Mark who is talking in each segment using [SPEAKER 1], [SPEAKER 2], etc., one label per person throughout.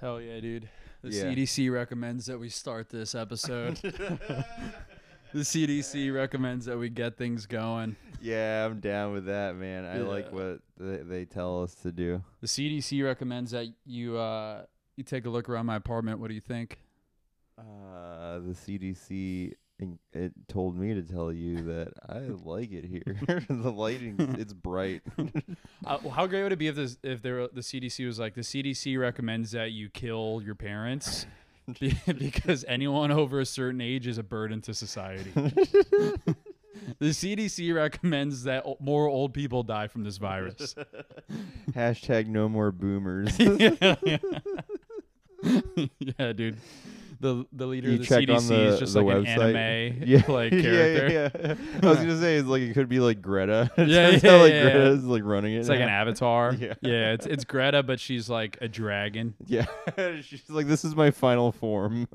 [SPEAKER 1] Hell yeah, dude. The
[SPEAKER 2] Yeah.
[SPEAKER 1] CDC recommends that we start this episode. the CDC recommends that we get things going.
[SPEAKER 2] Yeah, I'm down with that, man. I like
[SPEAKER 1] Yeah.
[SPEAKER 2] what they, they tell us to do.
[SPEAKER 1] The CDC recommends that you uh, you take a look around my apartment. What do you think?
[SPEAKER 2] Uh, the CDC in- it told me to tell you that I like it here. the lighting, it's bright.
[SPEAKER 1] Uh, well, how great would it be if this if there were- the CDC was like the CDC recommends that you kill your parents be- because anyone over a certain age is a burden to society. the CDC recommends that o- more old people die from this virus.
[SPEAKER 2] Hashtag no more boomers.
[SPEAKER 1] yeah, yeah. Yeah, dude. The the leader
[SPEAKER 2] You
[SPEAKER 1] of the
[SPEAKER 2] check
[SPEAKER 1] CDC
[SPEAKER 2] on the,
[SPEAKER 1] is just
[SPEAKER 2] the
[SPEAKER 1] like
[SPEAKER 2] website.
[SPEAKER 1] an anime
[SPEAKER 2] yeah.
[SPEAKER 1] like
[SPEAKER 2] yeah,
[SPEAKER 1] character.
[SPEAKER 2] Yeah, yeah. I was gonna say it's like it could be like Greta. It
[SPEAKER 1] Yeah,
[SPEAKER 2] turns
[SPEAKER 1] yeah,
[SPEAKER 2] out, like
[SPEAKER 1] yeah, yeah.
[SPEAKER 2] Greta is like running it.
[SPEAKER 1] It's like an
[SPEAKER 2] now.
[SPEAKER 1] avatar.
[SPEAKER 2] Yeah.
[SPEAKER 1] yeah, it's it's Greta, but she's like a dragon.
[SPEAKER 2] Yeah, she's like, this is my final form.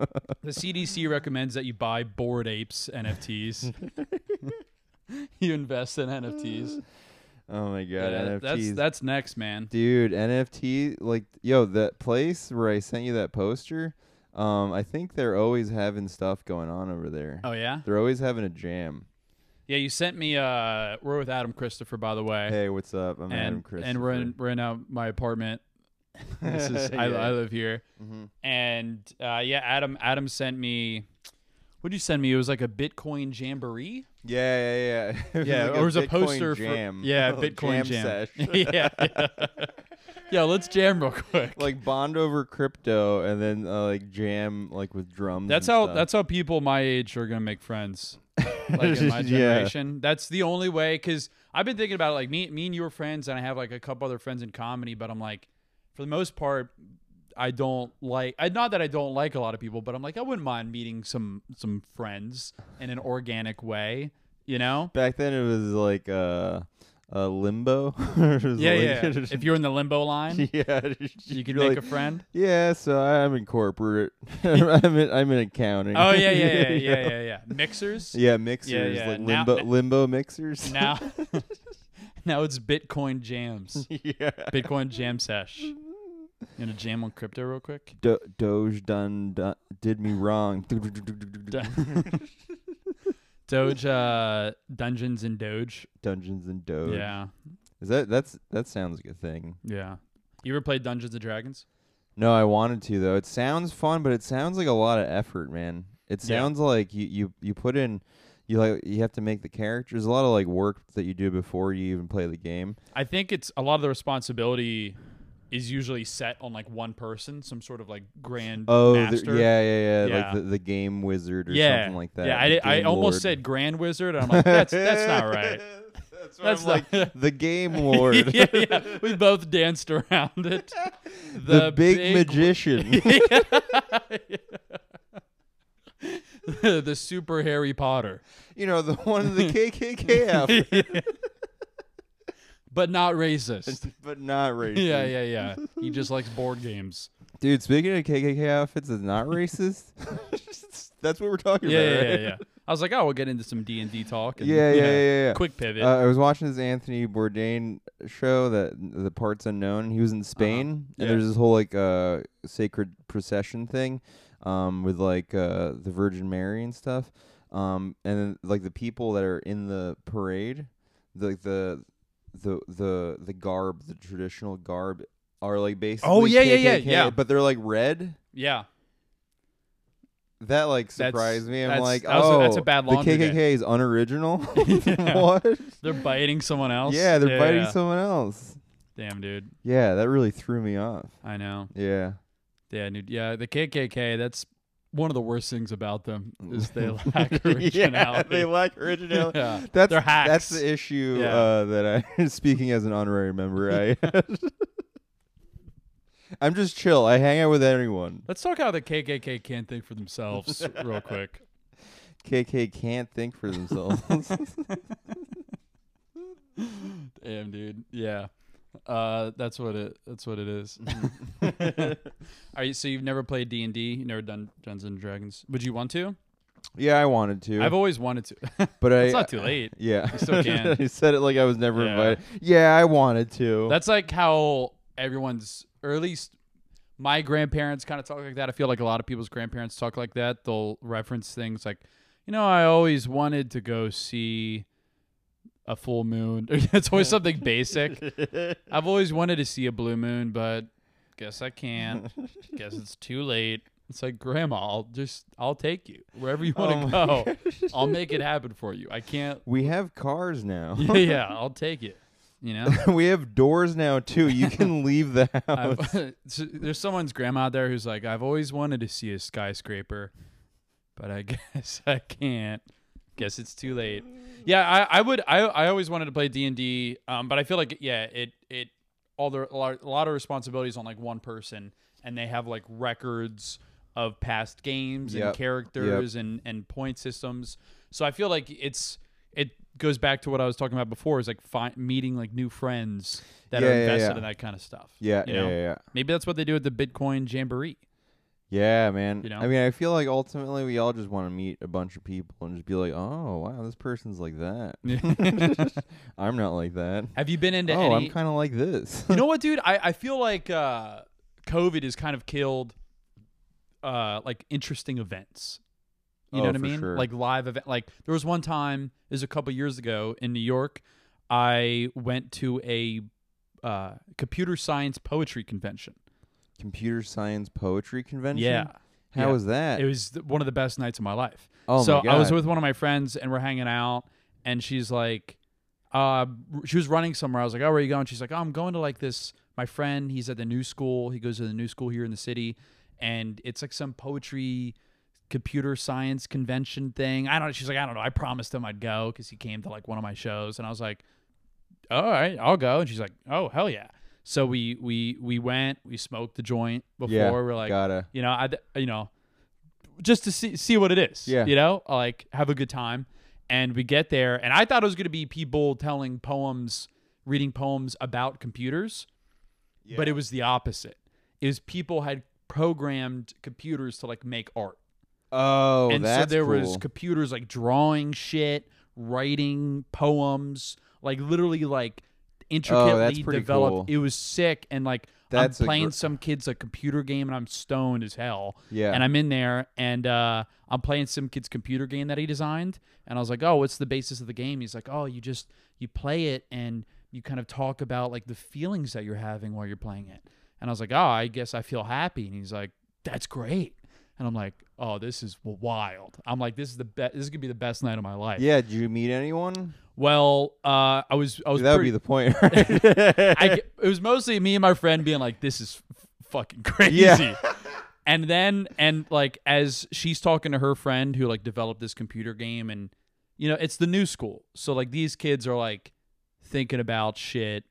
[SPEAKER 1] The CDC recommends that you buy bored apes NFTs. you invest in NFTs.
[SPEAKER 2] oh my god,
[SPEAKER 1] Yeah,
[SPEAKER 2] NFTs.
[SPEAKER 1] that's that's next, man.
[SPEAKER 2] Dude, NFT, like, yo, that place where I sent you that poster, um, I think they're always having stuff going on over there.
[SPEAKER 1] Oh yeah,
[SPEAKER 2] They're always having a jam.
[SPEAKER 1] yeah. You sent me. Uh, we're with Adam Christopher, by the way,
[SPEAKER 2] Hey, what's up? I'm
[SPEAKER 1] and
[SPEAKER 2] Adam Christopher.
[SPEAKER 1] and we're in we're in uh, my apartment. this is I,
[SPEAKER 2] Yeah.
[SPEAKER 1] I live here,
[SPEAKER 2] Mhm.
[SPEAKER 1] and uh, yeah, Adam Adam sent me. What'd you send me? It was like a Bitcoin jamboree.
[SPEAKER 2] Yeah, yeah, yeah. It
[SPEAKER 1] Yeah,
[SPEAKER 2] like
[SPEAKER 1] or it was a
[SPEAKER 2] Bitcoin
[SPEAKER 1] poster
[SPEAKER 2] jam.
[SPEAKER 1] for yeah,
[SPEAKER 2] A
[SPEAKER 1] Bitcoin jam.
[SPEAKER 2] sesh.
[SPEAKER 1] yeah, yeah, yeah. Let's jam real quick.
[SPEAKER 2] like bond over crypto, and then uh, like jam like with drums.
[SPEAKER 1] That's
[SPEAKER 2] and
[SPEAKER 1] how
[SPEAKER 2] stuff.
[SPEAKER 1] that's how people my age are gonna make friends. Like in my
[SPEAKER 2] Yeah.
[SPEAKER 1] generation, that's the only way. Because I've been thinking about it, like me, me and you were friends, and I have like a couple other friends in comedy. But I'm like, for the most part, I don't like. I not that I don't like a lot of people, but I'm like, I wouldn't mind meeting some some friends in an organic way. You know?
[SPEAKER 2] back then. It was like uh, a limbo. It was
[SPEAKER 1] Yeah,
[SPEAKER 2] like-
[SPEAKER 1] yeah. if you're in the limbo line,
[SPEAKER 2] yeah,
[SPEAKER 1] you can
[SPEAKER 2] you're like,
[SPEAKER 1] make a friend.
[SPEAKER 2] Yeah, so I- I'm in corporate. I'm in I'm in accounting.
[SPEAKER 1] Oh yeah, yeah, yeah,
[SPEAKER 2] You
[SPEAKER 1] yeah,
[SPEAKER 2] know?
[SPEAKER 1] yeah, yeah. Mixers.
[SPEAKER 2] Yeah, mixers
[SPEAKER 1] yeah.
[SPEAKER 2] like
[SPEAKER 1] Now-
[SPEAKER 2] limbo
[SPEAKER 1] now-
[SPEAKER 2] limbo mixers.
[SPEAKER 1] Now, now it's Bitcoin jams.
[SPEAKER 2] yeah.
[SPEAKER 1] Bitcoin jam sesh. You gonna jam on crypto real quick?
[SPEAKER 2] Do- Doge done, done did me wrong.
[SPEAKER 1] Do- Doge, uh, Dungeons and Doge.
[SPEAKER 2] Dungeons and Doge.
[SPEAKER 1] Yeah,
[SPEAKER 2] Is that that's that sounds like a thing.
[SPEAKER 1] yeah. You ever played Dungeons and Dragons?
[SPEAKER 2] No, I wanted to though. It sounds fun, but it sounds like a lot of effort, man. It
[SPEAKER 1] Yeah.
[SPEAKER 2] sounds like you you you put in you like you have to make the characters. a lot of like work that you do before you even play the game.
[SPEAKER 1] I think it's a lot of the responsibility is usually set on like one person, some sort of like grand
[SPEAKER 2] Oh, the-
[SPEAKER 1] master.
[SPEAKER 2] yeah, yeah, yeah,
[SPEAKER 1] Yeah.
[SPEAKER 2] Like the, the game wizard or
[SPEAKER 1] yeah,
[SPEAKER 2] something like that.
[SPEAKER 1] Yeah, I,
[SPEAKER 2] the
[SPEAKER 1] did- I
[SPEAKER 2] game
[SPEAKER 1] almost
[SPEAKER 2] lord.
[SPEAKER 1] said grand wizard, and I'm like, that's that's not right.
[SPEAKER 2] that's why
[SPEAKER 1] That's
[SPEAKER 2] I'm like
[SPEAKER 1] not-
[SPEAKER 2] the game lord,
[SPEAKER 1] yeah, yeah. We both danced around it.
[SPEAKER 2] the, big, magician.
[SPEAKER 1] the super Harry Potter,
[SPEAKER 2] you know, the one in the KKK outfit,
[SPEAKER 1] but not racist.
[SPEAKER 2] but not racist.
[SPEAKER 1] yeah, yeah, yeah. He just likes board games.
[SPEAKER 2] Dude, speaking of KKK outfits, it's not racist. that's what we're talking
[SPEAKER 1] Yeah,
[SPEAKER 2] about.
[SPEAKER 1] yeah, yeah,
[SPEAKER 2] right?
[SPEAKER 1] yeah. I was like, oh, we'll get into some D and D talk. And,
[SPEAKER 2] Yeah, yeah, yeah, yeah.
[SPEAKER 1] Quick pivot.
[SPEAKER 2] Uh, I was watching this Anthony Bourdain show that the parts unknown. He was in Spain,
[SPEAKER 1] Uh-huh. Yeah.
[SPEAKER 2] and there's this whole like uh, sacred procession thing, um, with like uh, the Virgin Mary and stuff. Um, and then like the people that are in the parade, the like, the the the the garb, the traditional garb, are like basically
[SPEAKER 1] Oh, yeah, yeah, yeah,
[SPEAKER 2] KKK,
[SPEAKER 1] yeah.
[SPEAKER 2] But they're like red.
[SPEAKER 1] yeah,
[SPEAKER 2] That like
[SPEAKER 1] That's-
[SPEAKER 2] surprised me. I'm
[SPEAKER 1] that's-
[SPEAKER 2] like,
[SPEAKER 1] that was a-
[SPEAKER 2] oh,
[SPEAKER 1] that's a bad
[SPEAKER 2] the
[SPEAKER 1] laundry
[SPEAKER 2] KKK
[SPEAKER 1] day.
[SPEAKER 2] is unoriginal.
[SPEAKER 1] Yeah.
[SPEAKER 2] what?
[SPEAKER 1] they're biting someone else.
[SPEAKER 2] Yeah, they're biting
[SPEAKER 1] yeah.
[SPEAKER 2] someone else.
[SPEAKER 1] Damn, dude.
[SPEAKER 2] Yeah, that really threw me off.
[SPEAKER 1] I know.
[SPEAKER 2] Yeah.
[SPEAKER 1] Yeah, dude. Yeah, the KKK. That's one of the worst things about them is they lack originality.
[SPEAKER 2] lack originality.
[SPEAKER 1] Yeah.
[SPEAKER 2] That's
[SPEAKER 1] They're
[SPEAKER 2] that's
[SPEAKER 1] hacks.
[SPEAKER 2] the issue
[SPEAKER 1] Yeah.
[SPEAKER 2] uh, that I speaking as an honorary member. I I'm just chill. I hang out with anyone.
[SPEAKER 1] Let's talk how the KKK can't think for themselves real quick.
[SPEAKER 2] KK can't think for themselves.
[SPEAKER 1] Damn, dude. Yeah. Uh, that's what it. That's what it is. Mm-hmm. Are you? So you've never played D and D? You never done Dungeons and Dragons? Would you want to?
[SPEAKER 2] yeah, I wanted to,
[SPEAKER 1] I've always wanted to.
[SPEAKER 2] but I,
[SPEAKER 1] it's not too late.
[SPEAKER 2] Yeah,
[SPEAKER 1] still can.
[SPEAKER 2] I said it like I was never
[SPEAKER 1] Yeah.
[SPEAKER 2] invited. Yeah, I wanted to.
[SPEAKER 1] That's like how everyone's, or at least my grandparents kind of talk like that. I feel like a lot of people's grandparents talk like that. They'll reference things like, you know, I always wanted to go see a full moon. it's always something basic. I've always wanted to see a blue moon, but guess I can't. guess it's too late. It's like, Grandma, I'll just I'll take you wherever you
[SPEAKER 2] Oh
[SPEAKER 1] want to
[SPEAKER 2] my
[SPEAKER 1] go. I'll make it happen for you. I can't.
[SPEAKER 2] We have cars now.
[SPEAKER 1] Yeah, yeah, I'll take it. You know.
[SPEAKER 2] we have doors now too. You can leave the house.
[SPEAKER 1] I've- so there's someone's grandma out there who's like, I've always wanted to see a skyscraper, but I guess I can't. Guess it's too late. Yeah, I, I would. I, I always wanted to play D and D, um, but I feel like yeah, it it all the a lot, a lot of responsibilities on like one person, and they have like records of past games and
[SPEAKER 2] Yep.
[SPEAKER 1] characters and and point systems. So I feel like it's it goes back to what I was talking about before is like fi- meeting like new friends that are
[SPEAKER 2] Yeah, yeah,
[SPEAKER 1] invested
[SPEAKER 2] yeah.
[SPEAKER 1] in that kind of stuff.
[SPEAKER 2] yeah,
[SPEAKER 1] you
[SPEAKER 2] yeah,
[SPEAKER 1] know?
[SPEAKER 2] yeah, yeah.
[SPEAKER 1] Maybe that's what they do at the Bitcoin Jamboree.
[SPEAKER 2] Yeah, man.
[SPEAKER 1] You know?
[SPEAKER 2] I mean, I feel like ultimately we all just want to meet a bunch of people and just be like, "Oh, wow, this person's like that. I'm not like that.
[SPEAKER 1] Have you been into
[SPEAKER 2] oh,
[SPEAKER 1] any?
[SPEAKER 2] I'm kind of like this."
[SPEAKER 1] you know what, dude? I, I feel like uh, COVID has kind of killed uh, like interesting events. You know
[SPEAKER 2] Oh,
[SPEAKER 1] what I
[SPEAKER 2] for
[SPEAKER 1] mean?
[SPEAKER 2] sure.
[SPEAKER 1] Like live event. Like there was one time, it was a couple years ago in New York. I went to a uh, computer science poetry convention.
[SPEAKER 2] Computer science poetry convention.
[SPEAKER 1] Yeah,
[SPEAKER 2] How
[SPEAKER 1] yeah.
[SPEAKER 2] was that?
[SPEAKER 1] it was th- one of the best nights of my life.
[SPEAKER 2] oh
[SPEAKER 1] so
[SPEAKER 2] my god.
[SPEAKER 1] I was with one of my friends and we're hanging out, and she's like, uh, she was running somewhere. I was like, oh, where are you going? She's like, oh, I'm going to like this. My friend, he's at the new school. He goes to the new school here in the city, and it's like some poetry, computer science convention thing. I don't know. She's like, I don't know. I promised him I'd go because he came to like one of my shows, and I was like, all right, I'll go. And she's like, oh hell yeah. So we we we went. We smoked the joint before.
[SPEAKER 2] yeah,
[SPEAKER 1] we're like,
[SPEAKER 2] gotta.
[SPEAKER 1] you know, I you know, just to see see what it is.
[SPEAKER 2] Yeah.
[SPEAKER 1] You know, like have a good time. And we get there, and I thought it was going to be people telling poems, reading poems about computers, but it was the opposite. Is people had programmed computers to like make art,
[SPEAKER 2] Oh,
[SPEAKER 1] and
[SPEAKER 2] that's
[SPEAKER 1] so there was
[SPEAKER 2] cool.
[SPEAKER 1] computers like drawing shit, writing poems, like literally like intricately
[SPEAKER 2] Oh, pretty
[SPEAKER 1] developed.
[SPEAKER 2] cool.
[SPEAKER 1] It was sick, and like
[SPEAKER 2] That's a
[SPEAKER 1] I'm playing
[SPEAKER 2] gr-
[SPEAKER 1] some kids a computer game, and I'm stoned as hell
[SPEAKER 2] yeah.
[SPEAKER 1] and I'm in there and uh, I'm playing some kid's computer game that he designed. And I was like, oh, what's the basis of the game? He's like, oh, you just you play it and you kind of talk about like the feelings that you're having while you're playing it. And I was like, oh, I guess I feel happy. And he's like, that's great. And I'm like, oh, this is wild. I'm like, this is the best. This is gonna be the best night of my life.
[SPEAKER 2] yeah. Did you meet anyone?
[SPEAKER 1] Well, uh, I was, I was.
[SPEAKER 2] That would
[SPEAKER 1] pretty-
[SPEAKER 2] be the point. Right?
[SPEAKER 1] I, get- it was mostly me and my friend being like, "This is f- fucking crazy."
[SPEAKER 2] Yeah.
[SPEAKER 1] and then and like as she's talking to her friend who like developed this computer game, and you know it's the new school, so like these kids are like thinking about shit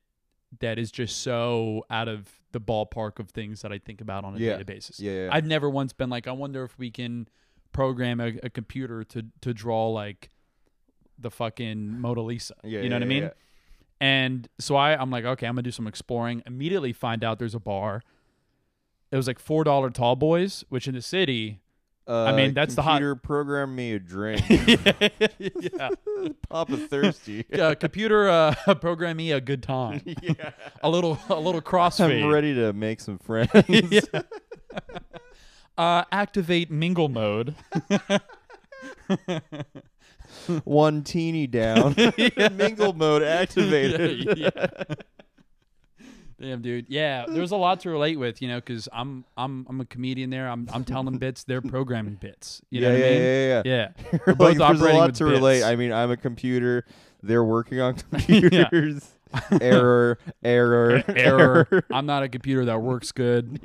[SPEAKER 1] that is just so out of the ballpark of things that I think about on a
[SPEAKER 2] Yeah.
[SPEAKER 1] daily basis.
[SPEAKER 2] yeah. yeah.
[SPEAKER 1] I've never once been like, I wonder if we can program a, a computer to to draw like the fucking Mona Lisa.
[SPEAKER 2] Yeah,
[SPEAKER 1] you know
[SPEAKER 2] yeah,
[SPEAKER 1] what I mean?
[SPEAKER 2] yeah.
[SPEAKER 1] And so I, I'm like, okay, I'm gonna do some exploring. Immediately find out there's a bar. It was like four dollar tall boys, which in the city,
[SPEAKER 2] Uh,
[SPEAKER 1] mean, that's the hot-
[SPEAKER 2] computer program me a drink.
[SPEAKER 1] yeah,
[SPEAKER 2] Papa thirsty.
[SPEAKER 1] uh, computer uh, program me a good time,
[SPEAKER 2] yeah.
[SPEAKER 1] a little a little crossfade.
[SPEAKER 2] I'm ready to make some friends.
[SPEAKER 1] Yeah. uh, activate mingle mode.
[SPEAKER 2] One teeny down. Mingle mode activated.
[SPEAKER 1] yeah. Damn, dude. Yeah, there's a lot to relate with, you know, because I'm I'm I'm a comedian there. I'm I'm telling them bits. They're programming bits. You know
[SPEAKER 2] yeah,
[SPEAKER 1] what
[SPEAKER 2] yeah,
[SPEAKER 1] I mean?
[SPEAKER 2] yeah, yeah,
[SPEAKER 1] Yeah. We're
[SPEAKER 2] Like,
[SPEAKER 1] both
[SPEAKER 2] there's a
[SPEAKER 1] operating
[SPEAKER 2] lot
[SPEAKER 1] with
[SPEAKER 2] to
[SPEAKER 1] bits.
[SPEAKER 2] relate. I mean, I'm a computer. They're working on computers. error, error,
[SPEAKER 1] Error. I'm not a computer that works good.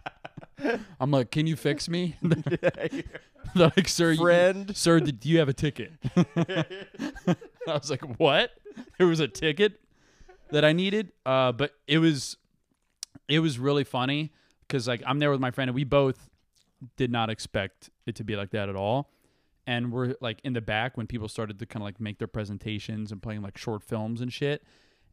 [SPEAKER 1] I'm like, can you fix me? They're like, sir, You,
[SPEAKER 2] Friend.
[SPEAKER 1] sir, did you have a ticket? I was like, what? There was a ticket that I needed, uh, but it was, it was really funny because like I'm there with my friend and we both did not expect it to be like that at all. And we're like in the back when people started to kind of like make their presentations and playing like short films and shit.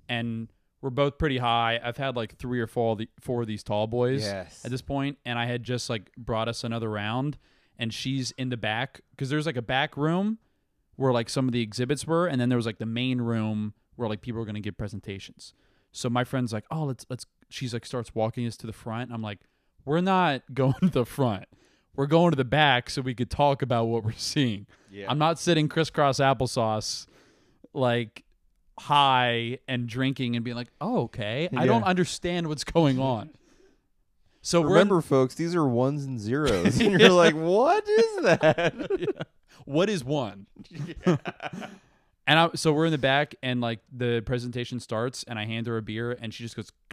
[SPEAKER 1] And we're both pretty high. I've had like three or four of, the, four of these tall boys
[SPEAKER 2] Yes.
[SPEAKER 1] at this point, and I had just like brought us another round. And she's in the back because there's like a back room where like some of the exhibits were, and then there was like the main room where like people were gonna give presentations. So my friend's like, "Oh, let's let's." She's like, starts walking us to the front. and I'm like, we're not going to the front. We're going to the back so we could talk about what we're seeing.
[SPEAKER 2] Yeah.
[SPEAKER 1] I'm not sitting crisscross applesauce, like high and drinking and being like, oh, okay, I don't
[SPEAKER 2] Yeah.
[SPEAKER 1] understand what's going on. So we're in-
[SPEAKER 2] Remember, folks, these are ones and zeros. and you're like, what is that?
[SPEAKER 1] what is one? and I, so we're in the back, and like the presentation starts, and I hand her a beer, and she just goes,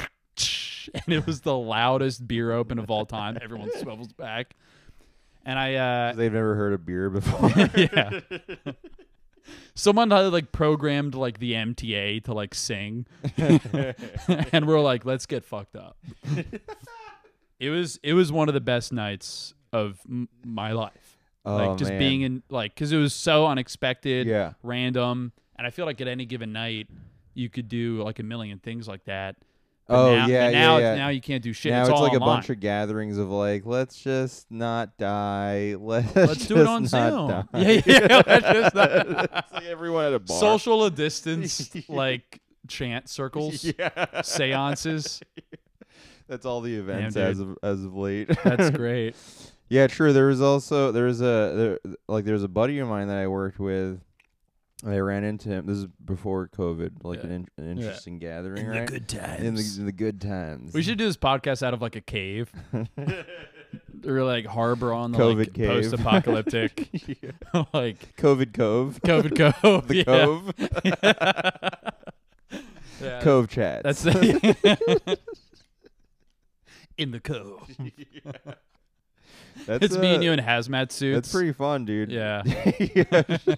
[SPEAKER 1] and it was the loudest beer open of all time. Everyone swivels back, and I, uh,
[SPEAKER 2] They've never heard of beer before.
[SPEAKER 1] yeah. Someone had like programmed like the MTA to like sing, and we're like, let's get fucked up. it was it was one of the best nights of m- my life
[SPEAKER 2] oh,
[SPEAKER 1] like just
[SPEAKER 2] man.
[SPEAKER 1] being in like because it was so unexpected
[SPEAKER 2] Yeah.
[SPEAKER 1] random and i feel like at any given night you could do like a million things like that But
[SPEAKER 2] Oh,
[SPEAKER 1] now,
[SPEAKER 2] yeah,
[SPEAKER 1] but now
[SPEAKER 2] yeah, yeah.
[SPEAKER 1] now you can't do shit
[SPEAKER 2] now
[SPEAKER 1] it's,
[SPEAKER 2] it's,
[SPEAKER 1] all
[SPEAKER 2] like
[SPEAKER 1] online.
[SPEAKER 2] a bunch of gatherings of like, let's just not die. Let's,
[SPEAKER 1] let's do it
[SPEAKER 2] just
[SPEAKER 1] on
[SPEAKER 2] not
[SPEAKER 1] zoom
[SPEAKER 2] die."
[SPEAKER 1] yeah yeah let's just not-
[SPEAKER 2] it's like everyone at a bar.
[SPEAKER 1] social distance like chant circles
[SPEAKER 2] Yeah,
[SPEAKER 1] seances
[SPEAKER 2] that's all the events
[SPEAKER 1] Damn,
[SPEAKER 2] as
[SPEAKER 1] dude.
[SPEAKER 2] of as of late.
[SPEAKER 1] that's great
[SPEAKER 2] Yeah, true. There was also there was a there, like there was a buddy of mine that I worked with. I ran into him. This is before COVID, like
[SPEAKER 1] Yeah.
[SPEAKER 2] an, in, an
[SPEAKER 1] Yeah.
[SPEAKER 2] interesting gathering, right? in the in the good times.
[SPEAKER 1] we should do this podcast out of like a cave or like harbor on the
[SPEAKER 2] COVID
[SPEAKER 1] like,
[SPEAKER 2] cave.
[SPEAKER 1] post-apocalyptic like
[SPEAKER 2] COVID Cove,
[SPEAKER 1] covid cove
[SPEAKER 2] the
[SPEAKER 1] yeah.
[SPEAKER 2] Cove,
[SPEAKER 1] Yeah.
[SPEAKER 2] Cove chats.
[SPEAKER 1] That's the in the cove.
[SPEAKER 2] that's
[SPEAKER 1] It's me and
[SPEAKER 2] uh,
[SPEAKER 1] you in hazmat suits.
[SPEAKER 2] That's pretty fun, dude.
[SPEAKER 1] Yeah.
[SPEAKER 2] The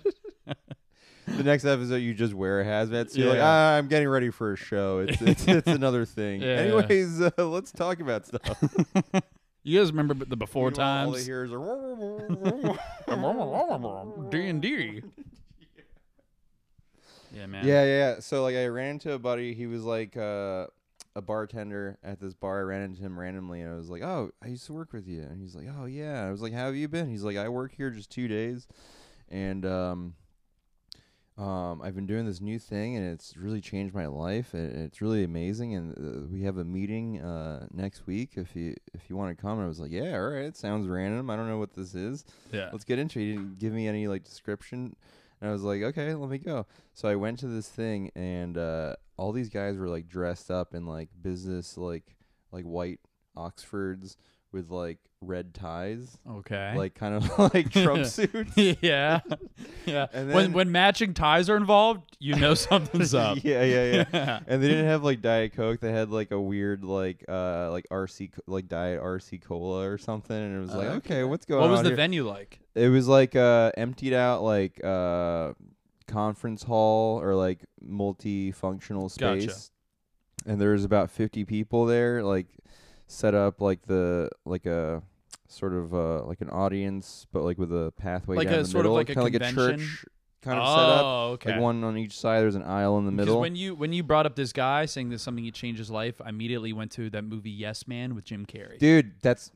[SPEAKER 2] next episode, you just wear a hazmat suit. Like,
[SPEAKER 1] Yeah.
[SPEAKER 2] ah, I'm getting ready for a show. It's it's, it's another thing.
[SPEAKER 1] Yeah, yeah.
[SPEAKER 2] Anyways, uh, let's talk about stuff.
[SPEAKER 1] You guys remember the before
[SPEAKER 2] Meanwhile, all
[SPEAKER 1] times?
[SPEAKER 2] they hear is a-
[SPEAKER 1] D and D. Yeah, man.
[SPEAKER 2] Yeah, yeah. yeah. So like, I ran into a buddy. He was like uh, a bartender at this bar. I ran into him randomly, and I was like, "Oh, I used to work with you." And he's like, "Oh yeah." I was like, "How have you been?" He's like, "I work here just two days, and um, um, I've been doing this new thing, and it's really changed my life. And it's really amazing. And uh, we have a meeting uh, next week if you if you want to come." And I was like, "Yeah, all right. It sounds random. I don't know what this is."
[SPEAKER 1] Yeah.
[SPEAKER 2] let's get into it. He didn't give me any like description. And I was like, okay, let me go. So I went to this thing and uh, all these guys were like dressed up in like business like like white Oxfords with like red ties.
[SPEAKER 1] Okay.
[SPEAKER 2] Like kind of like Trump suits.
[SPEAKER 1] yeah. Yeah.
[SPEAKER 2] And
[SPEAKER 1] when
[SPEAKER 2] then-
[SPEAKER 1] when matching ties are involved, you know something's up.
[SPEAKER 2] yeah, yeah, yeah.
[SPEAKER 1] Yeah.
[SPEAKER 2] and they didn't have like Diet Coke. They had like a weird like uh like RC co- like Diet RC Cola or something. And it was like,
[SPEAKER 1] Uh,
[SPEAKER 2] okay, what's going on?
[SPEAKER 1] What was the
[SPEAKER 2] here?
[SPEAKER 1] venue like?
[SPEAKER 2] It was like uh emptied out like uh conference hall or like multifunctional
[SPEAKER 1] Gotcha.
[SPEAKER 2] space. And there was about 50 people there like set up like the like a sort of uh like an audience but like with a pathway
[SPEAKER 1] Like
[SPEAKER 2] down
[SPEAKER 1] a
[SPEAKER 2] the
[SPEAKER 1] sort of
[SPEAKER 2] middle
[SPEAKER 1] like a
[SPEAKER 2] kind of like a
[SPEAKER 1] convention?
[SPEAKER 2] church kind of setup.
[SPEAKER 1] oh, okay.
[SPEAKER 2] Like one on each side there's an aisle in the
[SPEAKER 1] Because
[SPEAKER 2] middle.
[SPEAKER 1] when you when you brought up this guy saying that something he changed his life, I immediately went to that movie Yes Man with Jim Carrey.
[SPEAKER 2] Dude, that's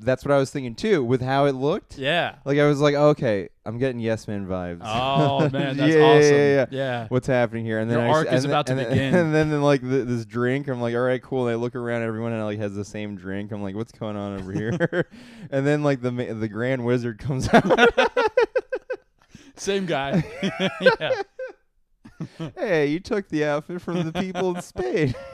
[SPEAKER 2] that's what I was thinking too with how it looked.
[SPEAKER 1] Yeah.
[SPEAKER 2] Like I was like, okay, I'm getting yes man vibes.
[SPEAKER 1] Oh man,
[SPEAKER 2] Yeah,
[SPEAKER 1] that's
[SPEAKER 2] yeah,
[SPEAKER 1] awesome.
[SPEAKER 2] yeah, yeah.
[SPEAKER 1] yeah.
[SPEAKER 2] what's happening here and then
[SPEAKER 1] Your
[SPEAKER 2] I s-
[SPEAKER 1] arc
[SPEAKER 2] and
[SPEAKER 1] is
[SPEAKER 2] then-
[SPEAKER 1] about to
[SPEAKER 2] and then-
[SPEAKER 1] begin.
[SPEAKER 2] and then, like th this drink i'm like all right cool and i look around everyone and like has the same drink i'm like what's going on over here and then like the ma- the grand wizard comes out
[SPEAKER 1] Same guy. yeah.
[SPEAKER 2] hey you took the outfit from the people in spain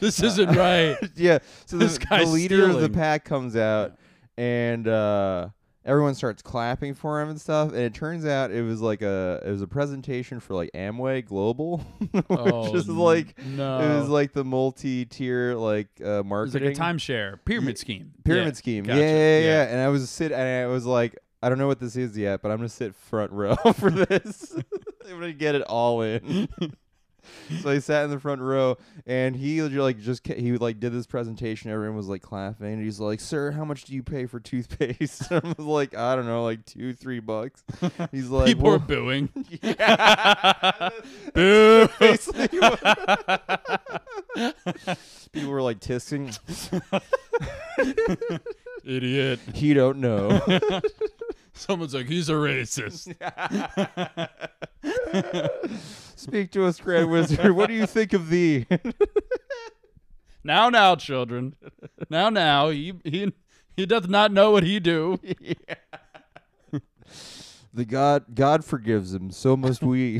[SPEAKER 1] This isn't right.
[SPEAKER 2] yeah so
[SPEAKER 1] This
[SPEAKER 2] the, the
[SPEAKER 1] guy's
[SPEAKER 2] leader of the
[SPEAKER 1] stealing.
[SPEAKER 2] pack comes out and uh Everyone starts clapping for him and stuff, and it turns out it was like a it was a presentation for like Amway Global, which
[SPEAKER 1] Oh,
[SPEAKER 2] is like
[SPEAKER 1] no.
[SPEAKER 2] it was like the multi-tier like uh,
[SPEAKER 1] It's like
[SPEAKER 2] marketing
[SPEAKER 1] a timeshare pyramid scheme.
[SPEAKER 2] pyramid
[SPEAKER 1] Yeah.
[SPEAKER 2] scheme.
[SPEAKER 1] Gotcha.
[SPEAKER 2] Yeah, yeah, yeah, And I was sit and I was like, I don't know what this is yet, but I'm gonna sit front row for this. I'm gonna get it all in. so I sat in the front row, and he was like just ca- he like did this presentation. Everyone was like clapping, and he's like, "Sir, how much do you pay for toothpaste?" I'm like, "I don't know, like two, three bucks." He's like,
[SPEAKER 1] People are
[SPEAKER 2] "Well,
[SPEAKER 1] booing.
[SPEAKER 2] Boo! Basically what- People were like tissing.
[SPEAKER 1] Idiot.
[SPEAKER 2] He don't know.
[SPEAKER 1] Someone's like, he's a racist.
[SPEAKER 2] Speak to us, Grand Wizard. What do you think of thee?
[SPEAKER 1] Now, now, children. Now, now, he he he doth not know what he do.
[SPEAKER 2] The God God forgives him, so must we.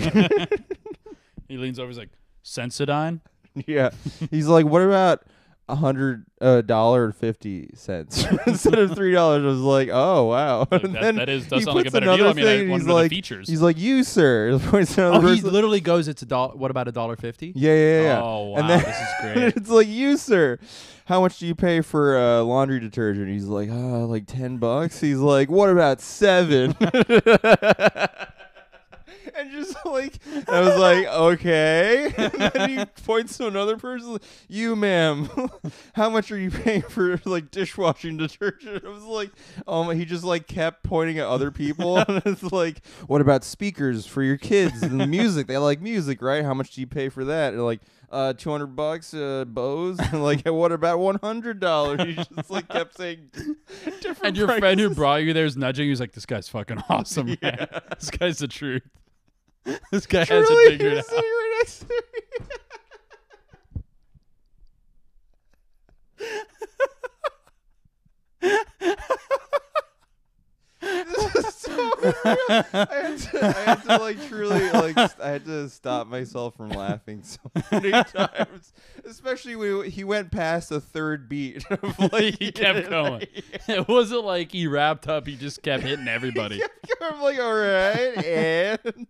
[SPEAKER 1] He leans over. He's like, Sensodyne.
[SPEAKER 2] yeah. He's like, what about a hundred uh, dollar and fifty cents instead of three dollars? I was like, oh wow.
[SPEAKER 1] Like,
[SPEAKER 2] And
[SPEAKER 1] that-
[SPEAKER 2] then
[SPEAKER 1] that is- does
[SPEAKER 2] he
[SPEAKER 1] sound like a
[SPEAKER 2] puts
[SPEAKER 1] better deal.
[SPEAKER 2] another
[SPEAKER 1] I mean, I
[SPEAKER 2] thing, and
[SPEAKER 1] wonder
[SPEAKER 2] he's
[SPEAKER 1] the
[SPEAKER 2] like,
[SPEAKER 1] features.
[SPEAKER 2] He's like, you sir. Points out
[SPEAKER 1] Oh,
[SPEAKER 2] the
[SPEAKER 1] he
[SPEAKER 2] person.
[SPEAKER 1] literally goes. It's a dollar. What about a dollar fifty?
[SPEAKER 2] Yeah, yeah, yeah.
[SPEAKER 1] Oh,
[SPEAKER 2] And
[SPEAKER 1] wow,
[SPEAKER 2] then-
[SPEAKER 1] this is great.
[SPEAKER 2] it's like, you, sir, how much do you pay for uh, laundry detergent? He's like, ah, like 10 bucks. He's like, what about seven? and just like, I was like, okay. and then he points to another person, you, ma'am, how much are you paying for like dishwashing detergent? I was like, oh my, he just like kept pointing at other people. and it's like, what about speakers for your kids and music? They like music, right? How much do you pay for that? And like, uh, 200 bucks, uh, Bose. And like, what about $100? He just like kept saying different
[SPEAKER 1] And your friend who brought you there is nudging. He's like, "This guy's fucking awesome. man. This guy's the truth. This guy has it
[SPEAKER 2] Truly, he
[SPEAKER 1] figured
[SPEAKER 2] was
[SPEAKER 1] out."
[SPEAKER 2] sitting right next to me. this is so unreal. I had, to, I had to like truly like st- I had to stop myself from laughing so many times, especially when he went past the third beat. Of, like,
[SPEAKER 1] he kept going. It wasn't like he wrapped up. He just kept hitting everybody.
[SPEAKER 2] I'm like, all right, and